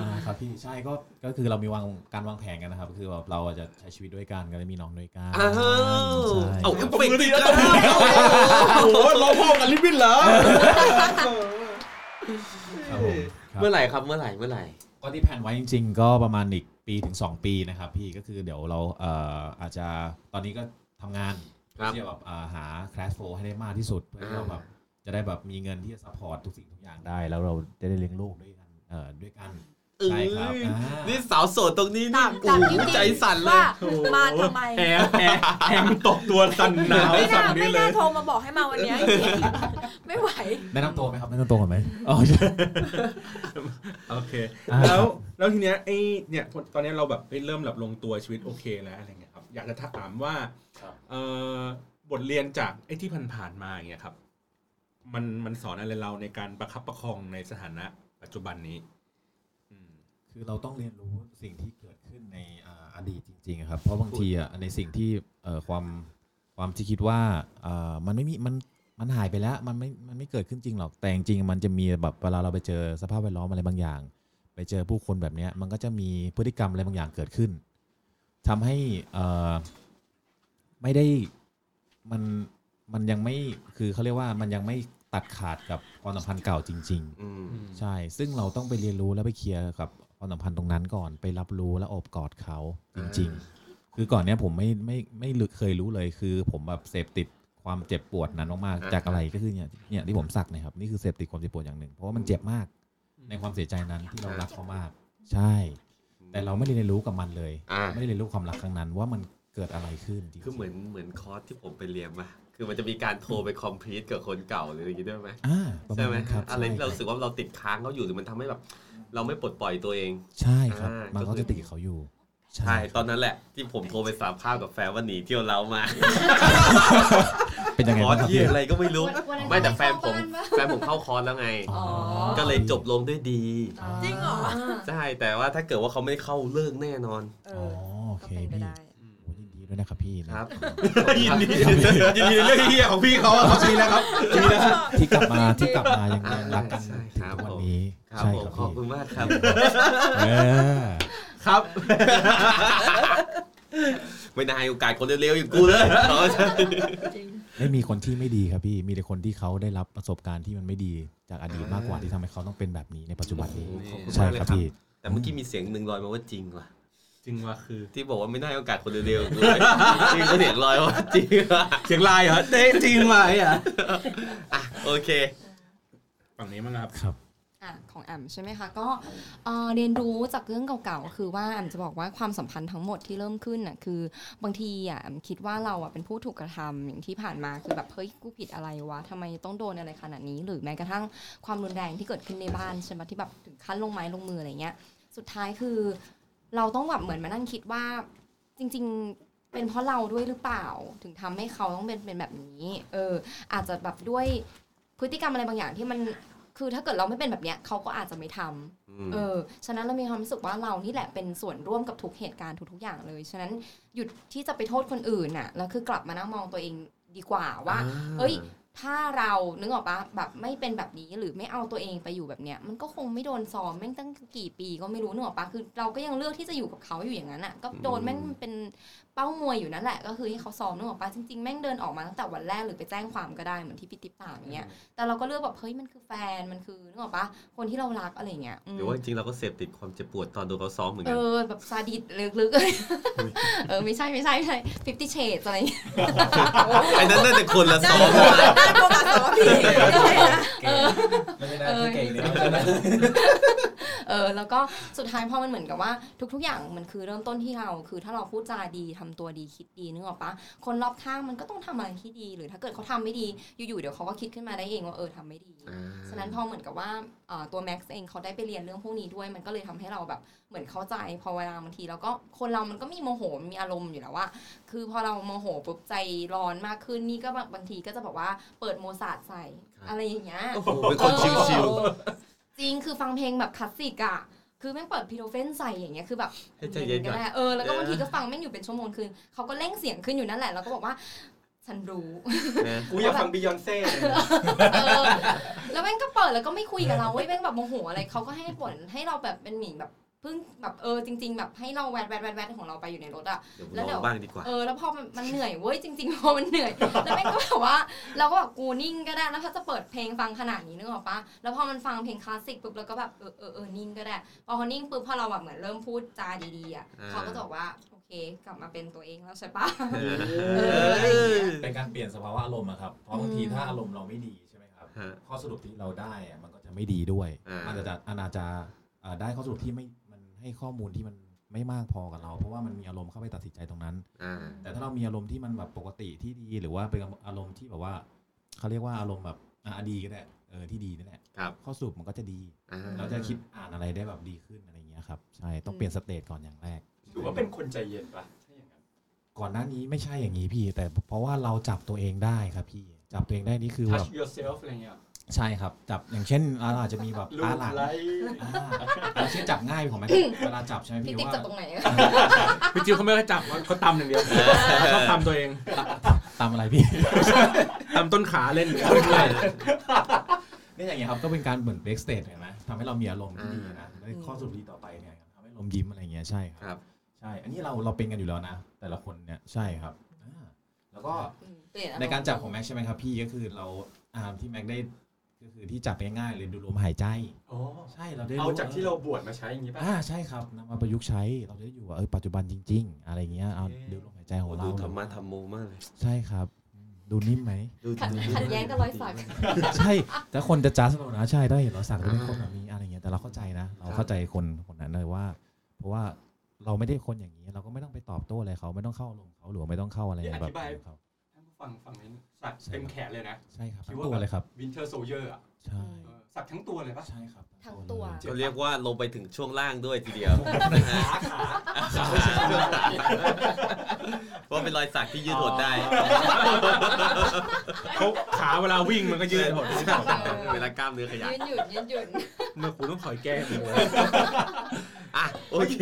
อ่าครับพี่ใช่ก็ก็คือเรามีวางการวางแผนกันนะครับคือแบบเราจะใช้ชีวิตด้วยกันก็เลยมีน้องด้วยกัน อ้าว ใช่ เอา ตบมือดีแล้วตบมือดีโอ้โหรอพ่อกันลิบบิ้นเหรอ ครับผมครับ เมื่อไหร่ครับเมื่อไหร่เมื่อไหร่ ก็ที่แผนไว้จริงๆ ก็ประมาณอีกปีถึง 2 ปีนะครับพี่ก็คือเดี๋ยวเราเอ่ออาจจะตอนนี้ก็ทำงาน ครับ ที่จะแบบอ่าหาคลาสโฟให้ได้มากที่สุด เพื่อที่เราแบบจะได้แบบมีเงินที่จะซัพพอร์ตทุกสิ่งทุกอย่างได้ แล้วเราจะได้เลี้ยงลูกด้วยกันเอ่อด้วยกัน ใช่ครับ เอ้ย อ่า นี่สาวโสดตรงนี้นี่ ถาม โอ้ ถามจ โห ริง ใจ ๆ สั่นเลย ว่ามาทำไม แอร์แอร์แอร์มันตกตัวสั่นหนาว ไม่ สั่ น่าน ไม่ นี่เล น่าย โทรมาบอกให้มาวันเนี้ยจ ริงๆไม่ไหว แนะนำตัวไหมครับแนะนำตัวก่อนไหมอ๋อใช่ โอเค อ่า แล้ว แล้วทีเนี้ยไอ้เนี่ยพอตอนเนี้ยเราแบบเริ่มแบบลงตัวชีวิตโอเคแล้วอะไรเงี้ยครับ อยากจะถามว่าเอ่อบทเรียนจากไอ้ที่ผ่านๆมาอย่างเงี้ยครับ มันมันสอนอะไรเราในการประคับประคองในสถานะปัจจุบันนี้ อืม คือเราต้องเรียนรู้สิ่งที่เกิดขึ้นในอ่าอดีตจริงๆอะครับ เพราะบางทีอ่ะในสิ่งที่เอ่อความความที่คิดว่าอ่ามันไม่มีมันมันหายไปแล้วมันไม่มันไม่เกิดขึ้นจริงหรอกแต่จริงๆมันจะมีแบบเวลาเราไปเจอสภาพแวดล้อมอะไรบางอย่าง ไปเจอผู้คนแบบเนี้ยมันก็จะมีพฤติกรรมอะไรบางอย่างเกิดขึ้น ทำให้เอ่อไม่ได้มันมันยังไม่คือเขาเรียกว่ามันยังไม่ตัดขาดกับความสัมพันธ์เก่าจริง ๆ อืม ใช่ ซึ่งเราต้องไปเรียนรู้แล้วไปเคลียร์กับความสัมพันธ์ตรงนั้นก่อน ไปรับรู้และโอบกอดเขาจริง ๆ คือก่อนเนี้ยผมไม่ไม่ไม่ลึกเคยรู้เลย คือผมแบบเสพติดความเจ็บปวดนั้นมาก อ่า ๆ จากอะไรก็คือเนี่ยเนี่ยที่ผมสักเนะครับนี่คือเสพติดความเจ็บปวดอย่างหนึ่ง เพราะว่ามันเจ็บมากในความเสียใจนั้นที่เรารักเขามาก ใช่ แต่เราไม่ได้เรียนรู้กับมันเลย อ่า ไม่ได้เรียนรู้ความรักครั้งนั้น ว่ามันเกิดอะไรขึ้นจริงๆ คือเหมือนเหมือนคอร์สที่ผมไปเรียนมา คือมันจะมีการโทรไปคอมพลีทกับคนเก่าหรืออะไรอย่างงี้ด้วยไหม อ่าประ ใช่ มาณ ไหม นั้นครับ อะไรที่เรา ใช่ รู้สึกว่าเราติดค้างเขาอยู่หรือมันทำให้แบบ เราไม่ปลดปล่อยตัวเอง ใช่ครับ อ่ามั มันก็จะติดกับเขาอยู่ ใช่ ตอนนั้นแหละ ที่ผมโทรไปสารภาพกับแฟนว่าหนีเที่ยวเรามา เป็นยังไง คอ บ้า ร์สงครับ ที่อะไรก็ไม่รู้ วันนั้น ไม่แต่แฟนผม เข้าบ้านปะ แฟนผมเข้าคอร์สแล้วไง อ๋อ ก็เลยจบลงด้วยดี จริงเหรอ ใช่ แต่ว่าถ้าเกิดว่าเขาไม่เข้าเลิกแน่นอน เอ อ๋อ อ โอ ก็ เค เป็นไป พี่ ได้ โอ้ยินดีด้วยนะครับพี่นะครับ ยินดียินดีในเรื่องเฮียของพี่เขาอะครับมีแล้วครับมีแล้วครับ ที่กลับมาที่กลับมายังยังรักกัน ใช่ ถึ ค ง รับผมครับผมทุกวันนี้ใช่คขอรับบ พี่ คุณมากครับ เออ ครับ ไม่ได้ให้โอกาสคนเร็วๆอย่างกูเลย จริง ไม่มีคนที่ไม่ดีครับพี่มีแต่คนที่เขาได้รับประสบการณ์ที่มันไม่ดีจากอดีตมากกว่าที่ทำให้เขาต้องเป็นแบบนี้ในปัจจุบันนี้ ขอบคุณมาก ใช่ เลย ครับ ครับ พี่ แต่เมื่อกี้มีเสียงหนึ่งลอยมาว่าจริงว่ะ จริงว่าคือ ที่บอกว่าไม่ได้ให้โอกาสคนเร็วๆอย่างกูเลยจริงก็เสียงลอยว่าจริงว่ะ เสียงลายเหรอเด้จริงไหมอ่ะ อ่ะโอเค ฝั่งนี้มั้งครับ ครับ อ่ะของแอมใช่ไหมคะก็เอ่อเรียนรู้จากเรื่องเก่าๆ คือว่าแอมจะบอกว่าความสัมพันธ์ทั้งหมดที่เริ่มขึ้นน่ะคือบางทีอ่ะแอมคิดว่าเราอ่ะเป็นผู้ถูกกระทำอย่างที่ผ่านมาคือแบบเฮ้ยกูผิดอะไรวะทำไมต้องโดนอะไรขนาดนี้ หรือแม้กระทั่งความรุนแรงที่เกิดขึ้นในบ้านใช่ไหมที่แบบถึงขั้นลงไม้ลงมืออะไรเงี้ยสุดท้ายคือ เราต้องแบบเหมือนมานั่งคิดว่าจริงๆเป็นเพราะเราด้วยหรือเปล่า ถึงทำให้เขาต้องเป็นเป็นแบบนี้ เออ อาจจะแบบด้วยพฤติกรรมอะไรบางอย่างที่มัน คือถ้าเกิดเราไม่เป็นแบบเนี้ยเขาก็อาจจะไม่ทำเออ ฉะนั้นเรามีความรู้สึกว่าเรานี่แหละเป็นส่วนร่วมกับทุกเหตุการณ์ทุกๆอย่างเลย ฉะนั้นหยุดที่จะไปโทษคนอื่นน่ะ แล้วคือกลับมานั่งมองตัวเองดีกว่าว่า เอ้ย ถ้าเรานึกออกปะแบบไม่เป็นแบบนี้หรือไม่เอาตัวเองไปอยู่แบบเนี้ยมันก็คงไม่โดนซ้อมแม่งตั้งกี่ปีก็ไม่รู้นึกออกปะคือเราก็ยังเลือกที่จะอยู่กับเขาอยู่อย่างนั้นอ่ะก็โดนแม่งเป็นเป้ามวยอยู่นั่นแหละ ก็คือให้เขาซ้อมนึกออกปะจริงๆแม่งเดินออกมาตั้งแต่วันแรกหรือไปแจ้งความก็ได้เหมือนที่พี่ติ๊บถามอย่างเงี้ยแต่เราก็เลือกแบบเฮ้ยมันคือแฟนมันคือนึกออกปะคนที่เรารักอะไรอย่างเงี้ยม หรือว่าจริงๆเราก็เสพติดความเจ็บปวดตอนโดนเขาซ้อมเหมือน เอ กัน อ แบบซาดิสลึกๆ เออ ไม่ใช่ไม่ใช่ไม่ใช่ฟิฟตี้เชดอะไรอย่างเงี้ย ไอ้นั้นน่าจะคนละซ้อม ได้โปรกัสสองพี่ ไม่ได้ที่เก่งเลยนะ เออ แล้วก็สุดท้ายพอมันเหมือนกับว่า ทุกๆอย่างมันคือเริ่มต้นที่เรา คือถ้าเราพูดจาดีทำตัวดีคิดดีนึกออกปะคนรอบข้างมันก็ต้องทำอะไรที่ดี หรือถ้าเกิดเขาทำไม่ดีอยู่ๆเดี๋ยวเขาก็คิดขึ้นมาได้เองว่าเออทำไม่ดี ฉะนั้นพอเหมือนกับว่าเอ่อตัวแม็กซ์เองเขาได้ไปเรียนเรื่องพวกนี้ด้วย มันก็เลยทำให้เราแบบเหมือนเข้าใจ พอเวลาบางทีเราก็คนเรามันก็มีโมโหมีอารมณ์อยู่แล้วว่า คือพอเราโมโหปุ๊บใจร้อนมากขึ้นนี่ก็แบบบางทีก็จะบอกว่าเปิดโมซาร์ทใส่อะไรอย่างเงี้ย โอ้โหเป็นคนชิว ๆจริงคือฟังเพลงแบบคลาสสิกอะคือแม่งเปิดพีโดเฟนใส่อย่างเงี้ยคือแบบ ๆ ให้ใจเย็นก่ก็อน ได้เออแล้วก็บางทีก็ฟังแม่งอยู่เป็นชั่วโมงคือเขาก็เร่งเสียงขึ้นอยู่นั่นแหละแล้วก็บอกว่าฉันรู้ นะ กูอยากฟังบิยอนเซ่ เออแล้วแม่งก็เปิดแล้วก็ไม่คุยกับเราเว้ยแม่งแบบโมโหอะไรเขาก็ให้ผลให้เราแบบเป็นหมิงแบบเพิ่งแบบเออจริง ๆ แบบให้เราแวดแวดแวดแวดของเราไปอยู่ในรถอะ เดี๋ยว แล้ ล วเดี๋ยว องบ้างดีกว่า เออแล้วพอมันมันเหนื่อยเว้ยจริง ๆ พอมันเหนื่อยแล้วแม่งก็แบบว่า เราก็แบบกูนิ่งก็ได้แล้วถ้าจะเปิดเพลงฟังขนาดนี้นึกออกปะแล้วพอมันฟังเพลงคลาสสิกปุ๊บเราก็แบบเออเออเออนิ่งก็ได้พอเขานิ่งปุ๊บพอเราแบบเหมือนเริ่มพูดจาดีๆอะ อ่า เขาก็จะบอกว่าโอเค กลับมาเป็นตัวเองแล้วใช่ปะ เออ เอออะไรอย่างเงี้ย เป็นการเปลี่ยนสภาวะอารมณ์ครับเพราะบางทีถ้าอารมณ์เราไม่ดีใช่ไหมครับ ฮะ ข้อสรุปที่เราได้อะมันก็จะไม่ดีด้วย อ่ามั มันจะอาจจะอ่าได้ข้อสรุปที่ไม่มันให้ข้อมูลที่มันไม่มากพอกับเรา เพราะว่ามันมีอารมณ์เข้าไปตัดสินใจตรงนั้น อ่า แต่ถ้าเรามีอารมณ์ที่มันแบบปกติที่ดีหรือว่าเป็นอารมณ์ที่แบบว่าเขาเรียกว่าอารมณ์แบบอ่ะดีก็ได้เออที่ดีนั่นแหละ ครับ ข้อสรุปมันก็จะดี อ่า เราจะคิดอ่านอะไรได้แบบดีขึ้นอะไรอย่างเงี้ยครับใช่ต้องเปลี่ยนสเตจก่อนอย่างแรก ถือว่าเป็นคนใจเย็นปะถ้าอย่างนั้น ก่อนหน้านี้ไม่ใช่อย่างนี้พี่ แต่เพราะว่าเราจับตัวเองได้ครับพี่ จับตัวเองได้นี่คือ ทั แบ ช บ yourself อะไรเงี้ย ใช่ครับ จับอย่างเช่นเราอาจจะมีแบบ ลู ตาก หลัง ไลท์อ่าอย่างเช่นจับง่ายของมันเวลาจับใช่ไหม พี่ พี่ ติ๊ก ว่า จะตรงไหนอะ พี่จิวเขาไม่ค่อยจับเขาตำอย่างเดียวชอบตำตัวเอง ตามอะไรพี่ ตำต้นขาเล่น ไม่ใช่เนี่ยอย่างเงี้ยครับก็เป็นการเหมือนเบรกสเตจเห็นไหมทำให้เรามีอารมณ์ที่ดีนะได้ข้อสรุปดีต่อไปเนี่ยครับทำให้ลมณ์ยิ้มอะไรเงี้ยใช่ค ครับ รับ ใ ใช่ อันนี้เราเราเป็นกันอยู่แล้วนะ แต่ละคนเนี่ยใช่ครับอ่าแล้วก็ อืมเปลี่ยนอมณ์ ในการจับของแม็กใช่ไหมครับพี่ก็คือเราอ่าที่แม็กได้ก็คือที่จับง่ายๆเลยดูลมหายใจ อ๋อ ใช่เราได้ เอาจากที่เราบวชมาใช้อย่างนี้ป่ะ อ่าใช่ครับนำมาประยุกต์ใช้เราจะได้อยู่ว่าเออปัจจุบันจริง ๆ อะไรเงี้ยเอาดูลมหายใจของเรา ดูธรรมะธรรมโมมากเลย ใช่ครับ ดูนิ่มไหม ดู ขัด ดู ขัดแย้งกับรอยสัก ใช่ แต่คนจะจ้าสเรานะใช่ได้เห็นเราสักเป็นคนแบบนี้อะไรเงี้ยแต่เราเข้าใจนะ เราเข้าใจคนคนนั้นเลยว่า เพราะว่าเราไม่ได้คนอย่างนี้ เราก็ไม่ต้องไปตอบโต้อะไรเขาไม่ต้องเข้าลงเขาหรือว่าไม่ต้องเข้าอะไรแบบนั้นเขา ท่านผู้ฟังฟังนี้สักเต็มแขนเลยนะ ใช่ครับ คิด ทั้ง ว่า ตัวเลยครับ วินเทอร์โซเยอร์อ่ะ ใช่ เออสักทั้งตัวเลยป่ะ ใช่ครับ ทั้งตัว เลย ก็เรียกว่าลงไปถึงช่วงล่างด้วยทีเดียว ขาขา ขาช่วงล่างเพราะเป็นรอยสักที่ยืดหดได้ เขาขาเวลาวิ่งมันก็ยืดหด เวลากล้ามเนื้อขยาย ยืนหยุ่นยืนหยุ่น เมื่อคุณต้องคอยแก้มันเลย อ่ะโอเค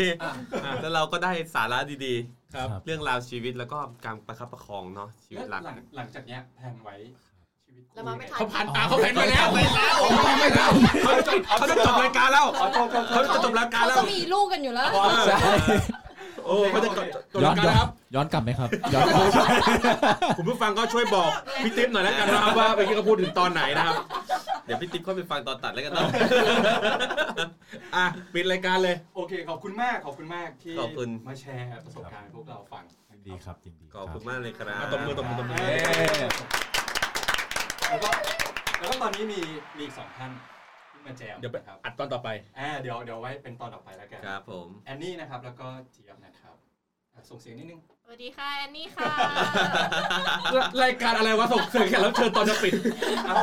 แล้วเราก็ได้สาระดี ครับ ๆ เรื่องราวชีวิตแล้วก็การประคับประคองเนาะชีวิ แล้ ต ว หลัก หลังหลังจากเนี้ยแพลนไว้ชีวิต แล้วมาไม่ทัน เขาผ่านตาเขาเห็นไปแล้ว เขาจะจบเขาจะจบรายการแล้ว ขอโทษขอโท เขา ษ จะจบรายการ เขา แล้ว จะมีลูกกันอยู่แล้ว ใช่ โอ้เขาจะจบ ย้อ ราน ยการ ย้อ แล้วครับ นย้อนกลับไหมครับย้อนกลับ คุณผู้ฟังก็ช่วยบอกพี่ติ๊บหน่อยแล้วกันนะครับว่าเมื่อกี้เขาพูดถึงตอนไหนนะครับ เดี๋ยวพี่ติ๊กค่อยไปฟังตอนตัดแล้วกันเนาะ อ่ะปิดรายการเลย โอเคขอบคุณมากขอบคุณมากที่ ขอบคุณ มาแชร์ประสบการณ์ให้พวกเราฟัง ดีครับยินดี ขอบคุณมากเลยครับ ตบมือตบมือตบมือ เย้ แล้วก็แล้วก็ตอนนี้มีมีอีกสองท่านที่มาแจม เดี๋ยวไป ครับ อัดตอนต่อไป อ่าเดี๋ยวเดี๋ยวไว้เป็นตอนต่อไปแล้วกัน ครับผม แอนนี่นะครับแล้วก็เจี๊ยบนะครับอ่ะส่งเสียงนิดนึง สวัสดีค่ะแอนนี่ค่ะ รายการอะไรวะส่งเสียงแขกรับเชิญตอนจะปิด เอ้า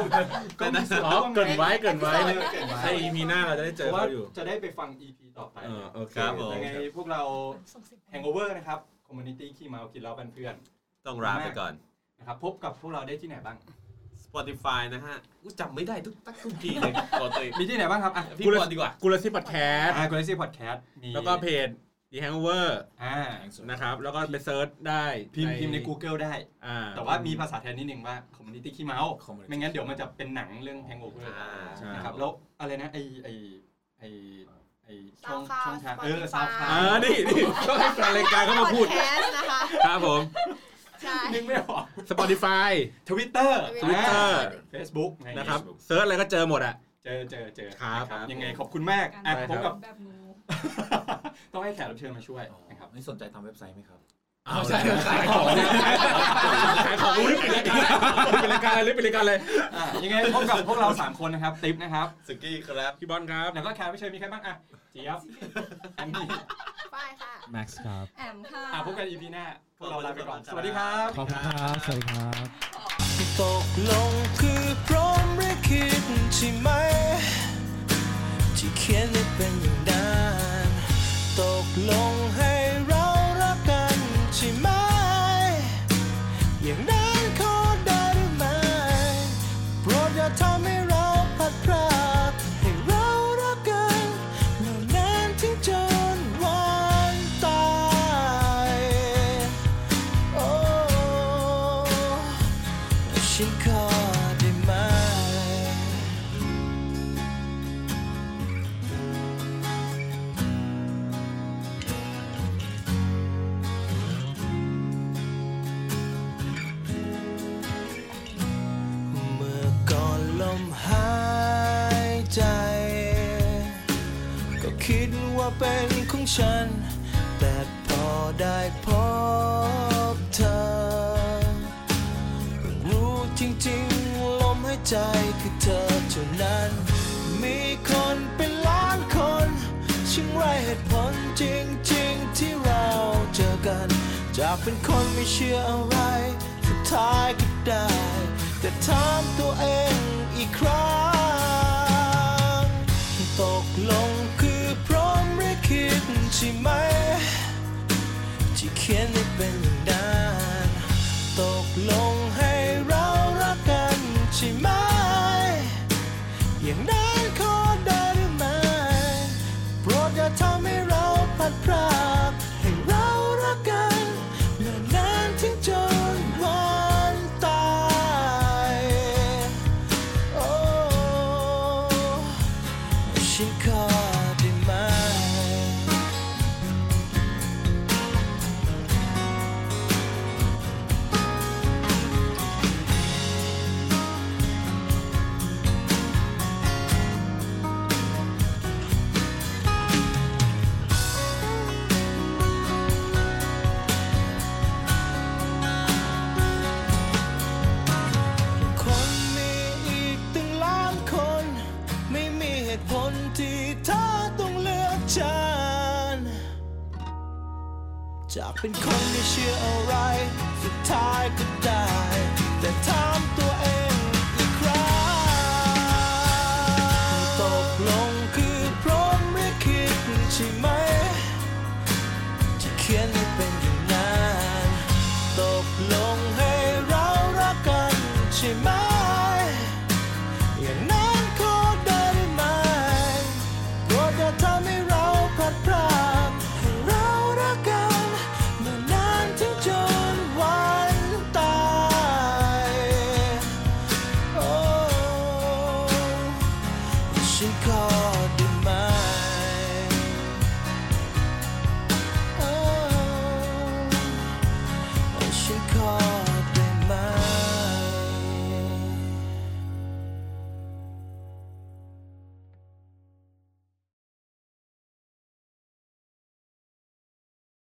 ก็มีส่วน อ๋อ ร่วม เกรินไว้เกรินไว้ เออเกินไว้ ให้มีหน้าเราจะได้เจ เพราะอว่า เขาอยู่ จะได้ไปฟัง EP ต่อไป เออโอเค ครับผม ยังไงพวกเรา Hangover นะครับ Community ขี้เมากินเหล้าเป็นเพื่อน ต้องลาไปก่อน นะครับ พบกับพวกเราได้ที่ไหนบ้าง Spotify นะฮะกูจำไม่ได้ทุกตักทุกทีเลยขอตัวเอง มีที่ไหนบ้างครับ อ่ะ พี่บอลดีกว่า กูเลซิปัดแคส อ่า Galaxy Podcast มี แล้วก็เพจ The Hangover อ่า นะครับ แล้วก็ไปเซิร์ชได้ พิมพ์พิมพ์ใน Google ได้ อ่า แต่ว่ามีภาษาไทยนิดนึงว่า Community ขี้เมา Community ไม่งั้นเดี๋ยวมันจะเป็นหนังเรื่อง Hangover อ่าใช่ นะครับ แล้วอะไรนะ ไอไอไอไอช่อง Soundcloud ช่องทางเออ Spotify ซาวคา อ่านี่นี่ต้องให้แฟนรายการเข้ามาพูด แคสนะคะ ครับผม ใช่ นึกไม่ออก Spotify Twitter Twitter อ่า Facebook ไง นะครับเซิร์ชอะไรก็เจอหมดอ่ะ เจอเจอเจอ ครับ นะยังไงขอบคุณมากอ่ะ ได้ครับ พบกับ แบบงู ต้องให้แขกรับเชิญมาช่วยนะครับ ไม่สนใจทำเว็บไซต์ไหมครับ เอาใช่ขายของขายของรู้นี่เป็นรายการเป็นรายการอะไรหรือเป็นรายการอะไร อ่ะยังไงพบกับพวกเรา 3 คนนะครับ ติ๊บนะครับ สุกี้ครับ พี่บอลครับ แล้วก็แขกรับเชิญมีใครบ้างอ่ะเจี๊ยบอันนี้ ป้ายค่ะ แม็กซ์ครับ แอมค่ะ อ่ะพบกัน EP หน้า พวกเราลาไปก่อน สวัสดีครับ ขอบคุณครับสวัสดีครับ ตกลงคือพร้อมหรือคิดใช่ไหม ที่เขียนได้เป็นอย่างนั้นตกลงให้เรารักกันใช่ไหม อย่างนั้นขอได้หรือไม่โปรดอย่าทำให้เราพลัดพรากให้เรารักกันเหล่านานถึงจนวันตาย โอ้ ฉันขอได้ไหม เมื่อก่อนลมหายใจ ก็คิดว่าเป็นของฉัน แต่พอได้พบเธอ รู้จริงๆ ลมหายใจคือเธอเท่านั้น มีคนเป็นล้านคนช่างไรเหตุผลจริงๆ ที่เราเจอกัน จากเป็นคนไม่เชื่ออะไร สุดท้ายก็ได้ แต่ถามตัวเองอีกครั้ง ตกลงคือพร้อมหรือคิดใช่ไหม ที่เขียนได้เป็นอย่างนั้นตกลงให้เรารักกันใช่ไหม อย่างนั้นขอได้หรือไม่โปรดอย่าทำให้เราพลัดพรากให้เรารักกันนานนานๆถึงจนวันตาย โอ้ฉันขอได้ไหม อ จะเป็นคนที่เชื่ออะไร สุดท้ายก็ได้ แต่ถามตัวเองอีกครั้งตกลงคือพร้อมหรือคิดใช่ไหม จะเขียน Oh,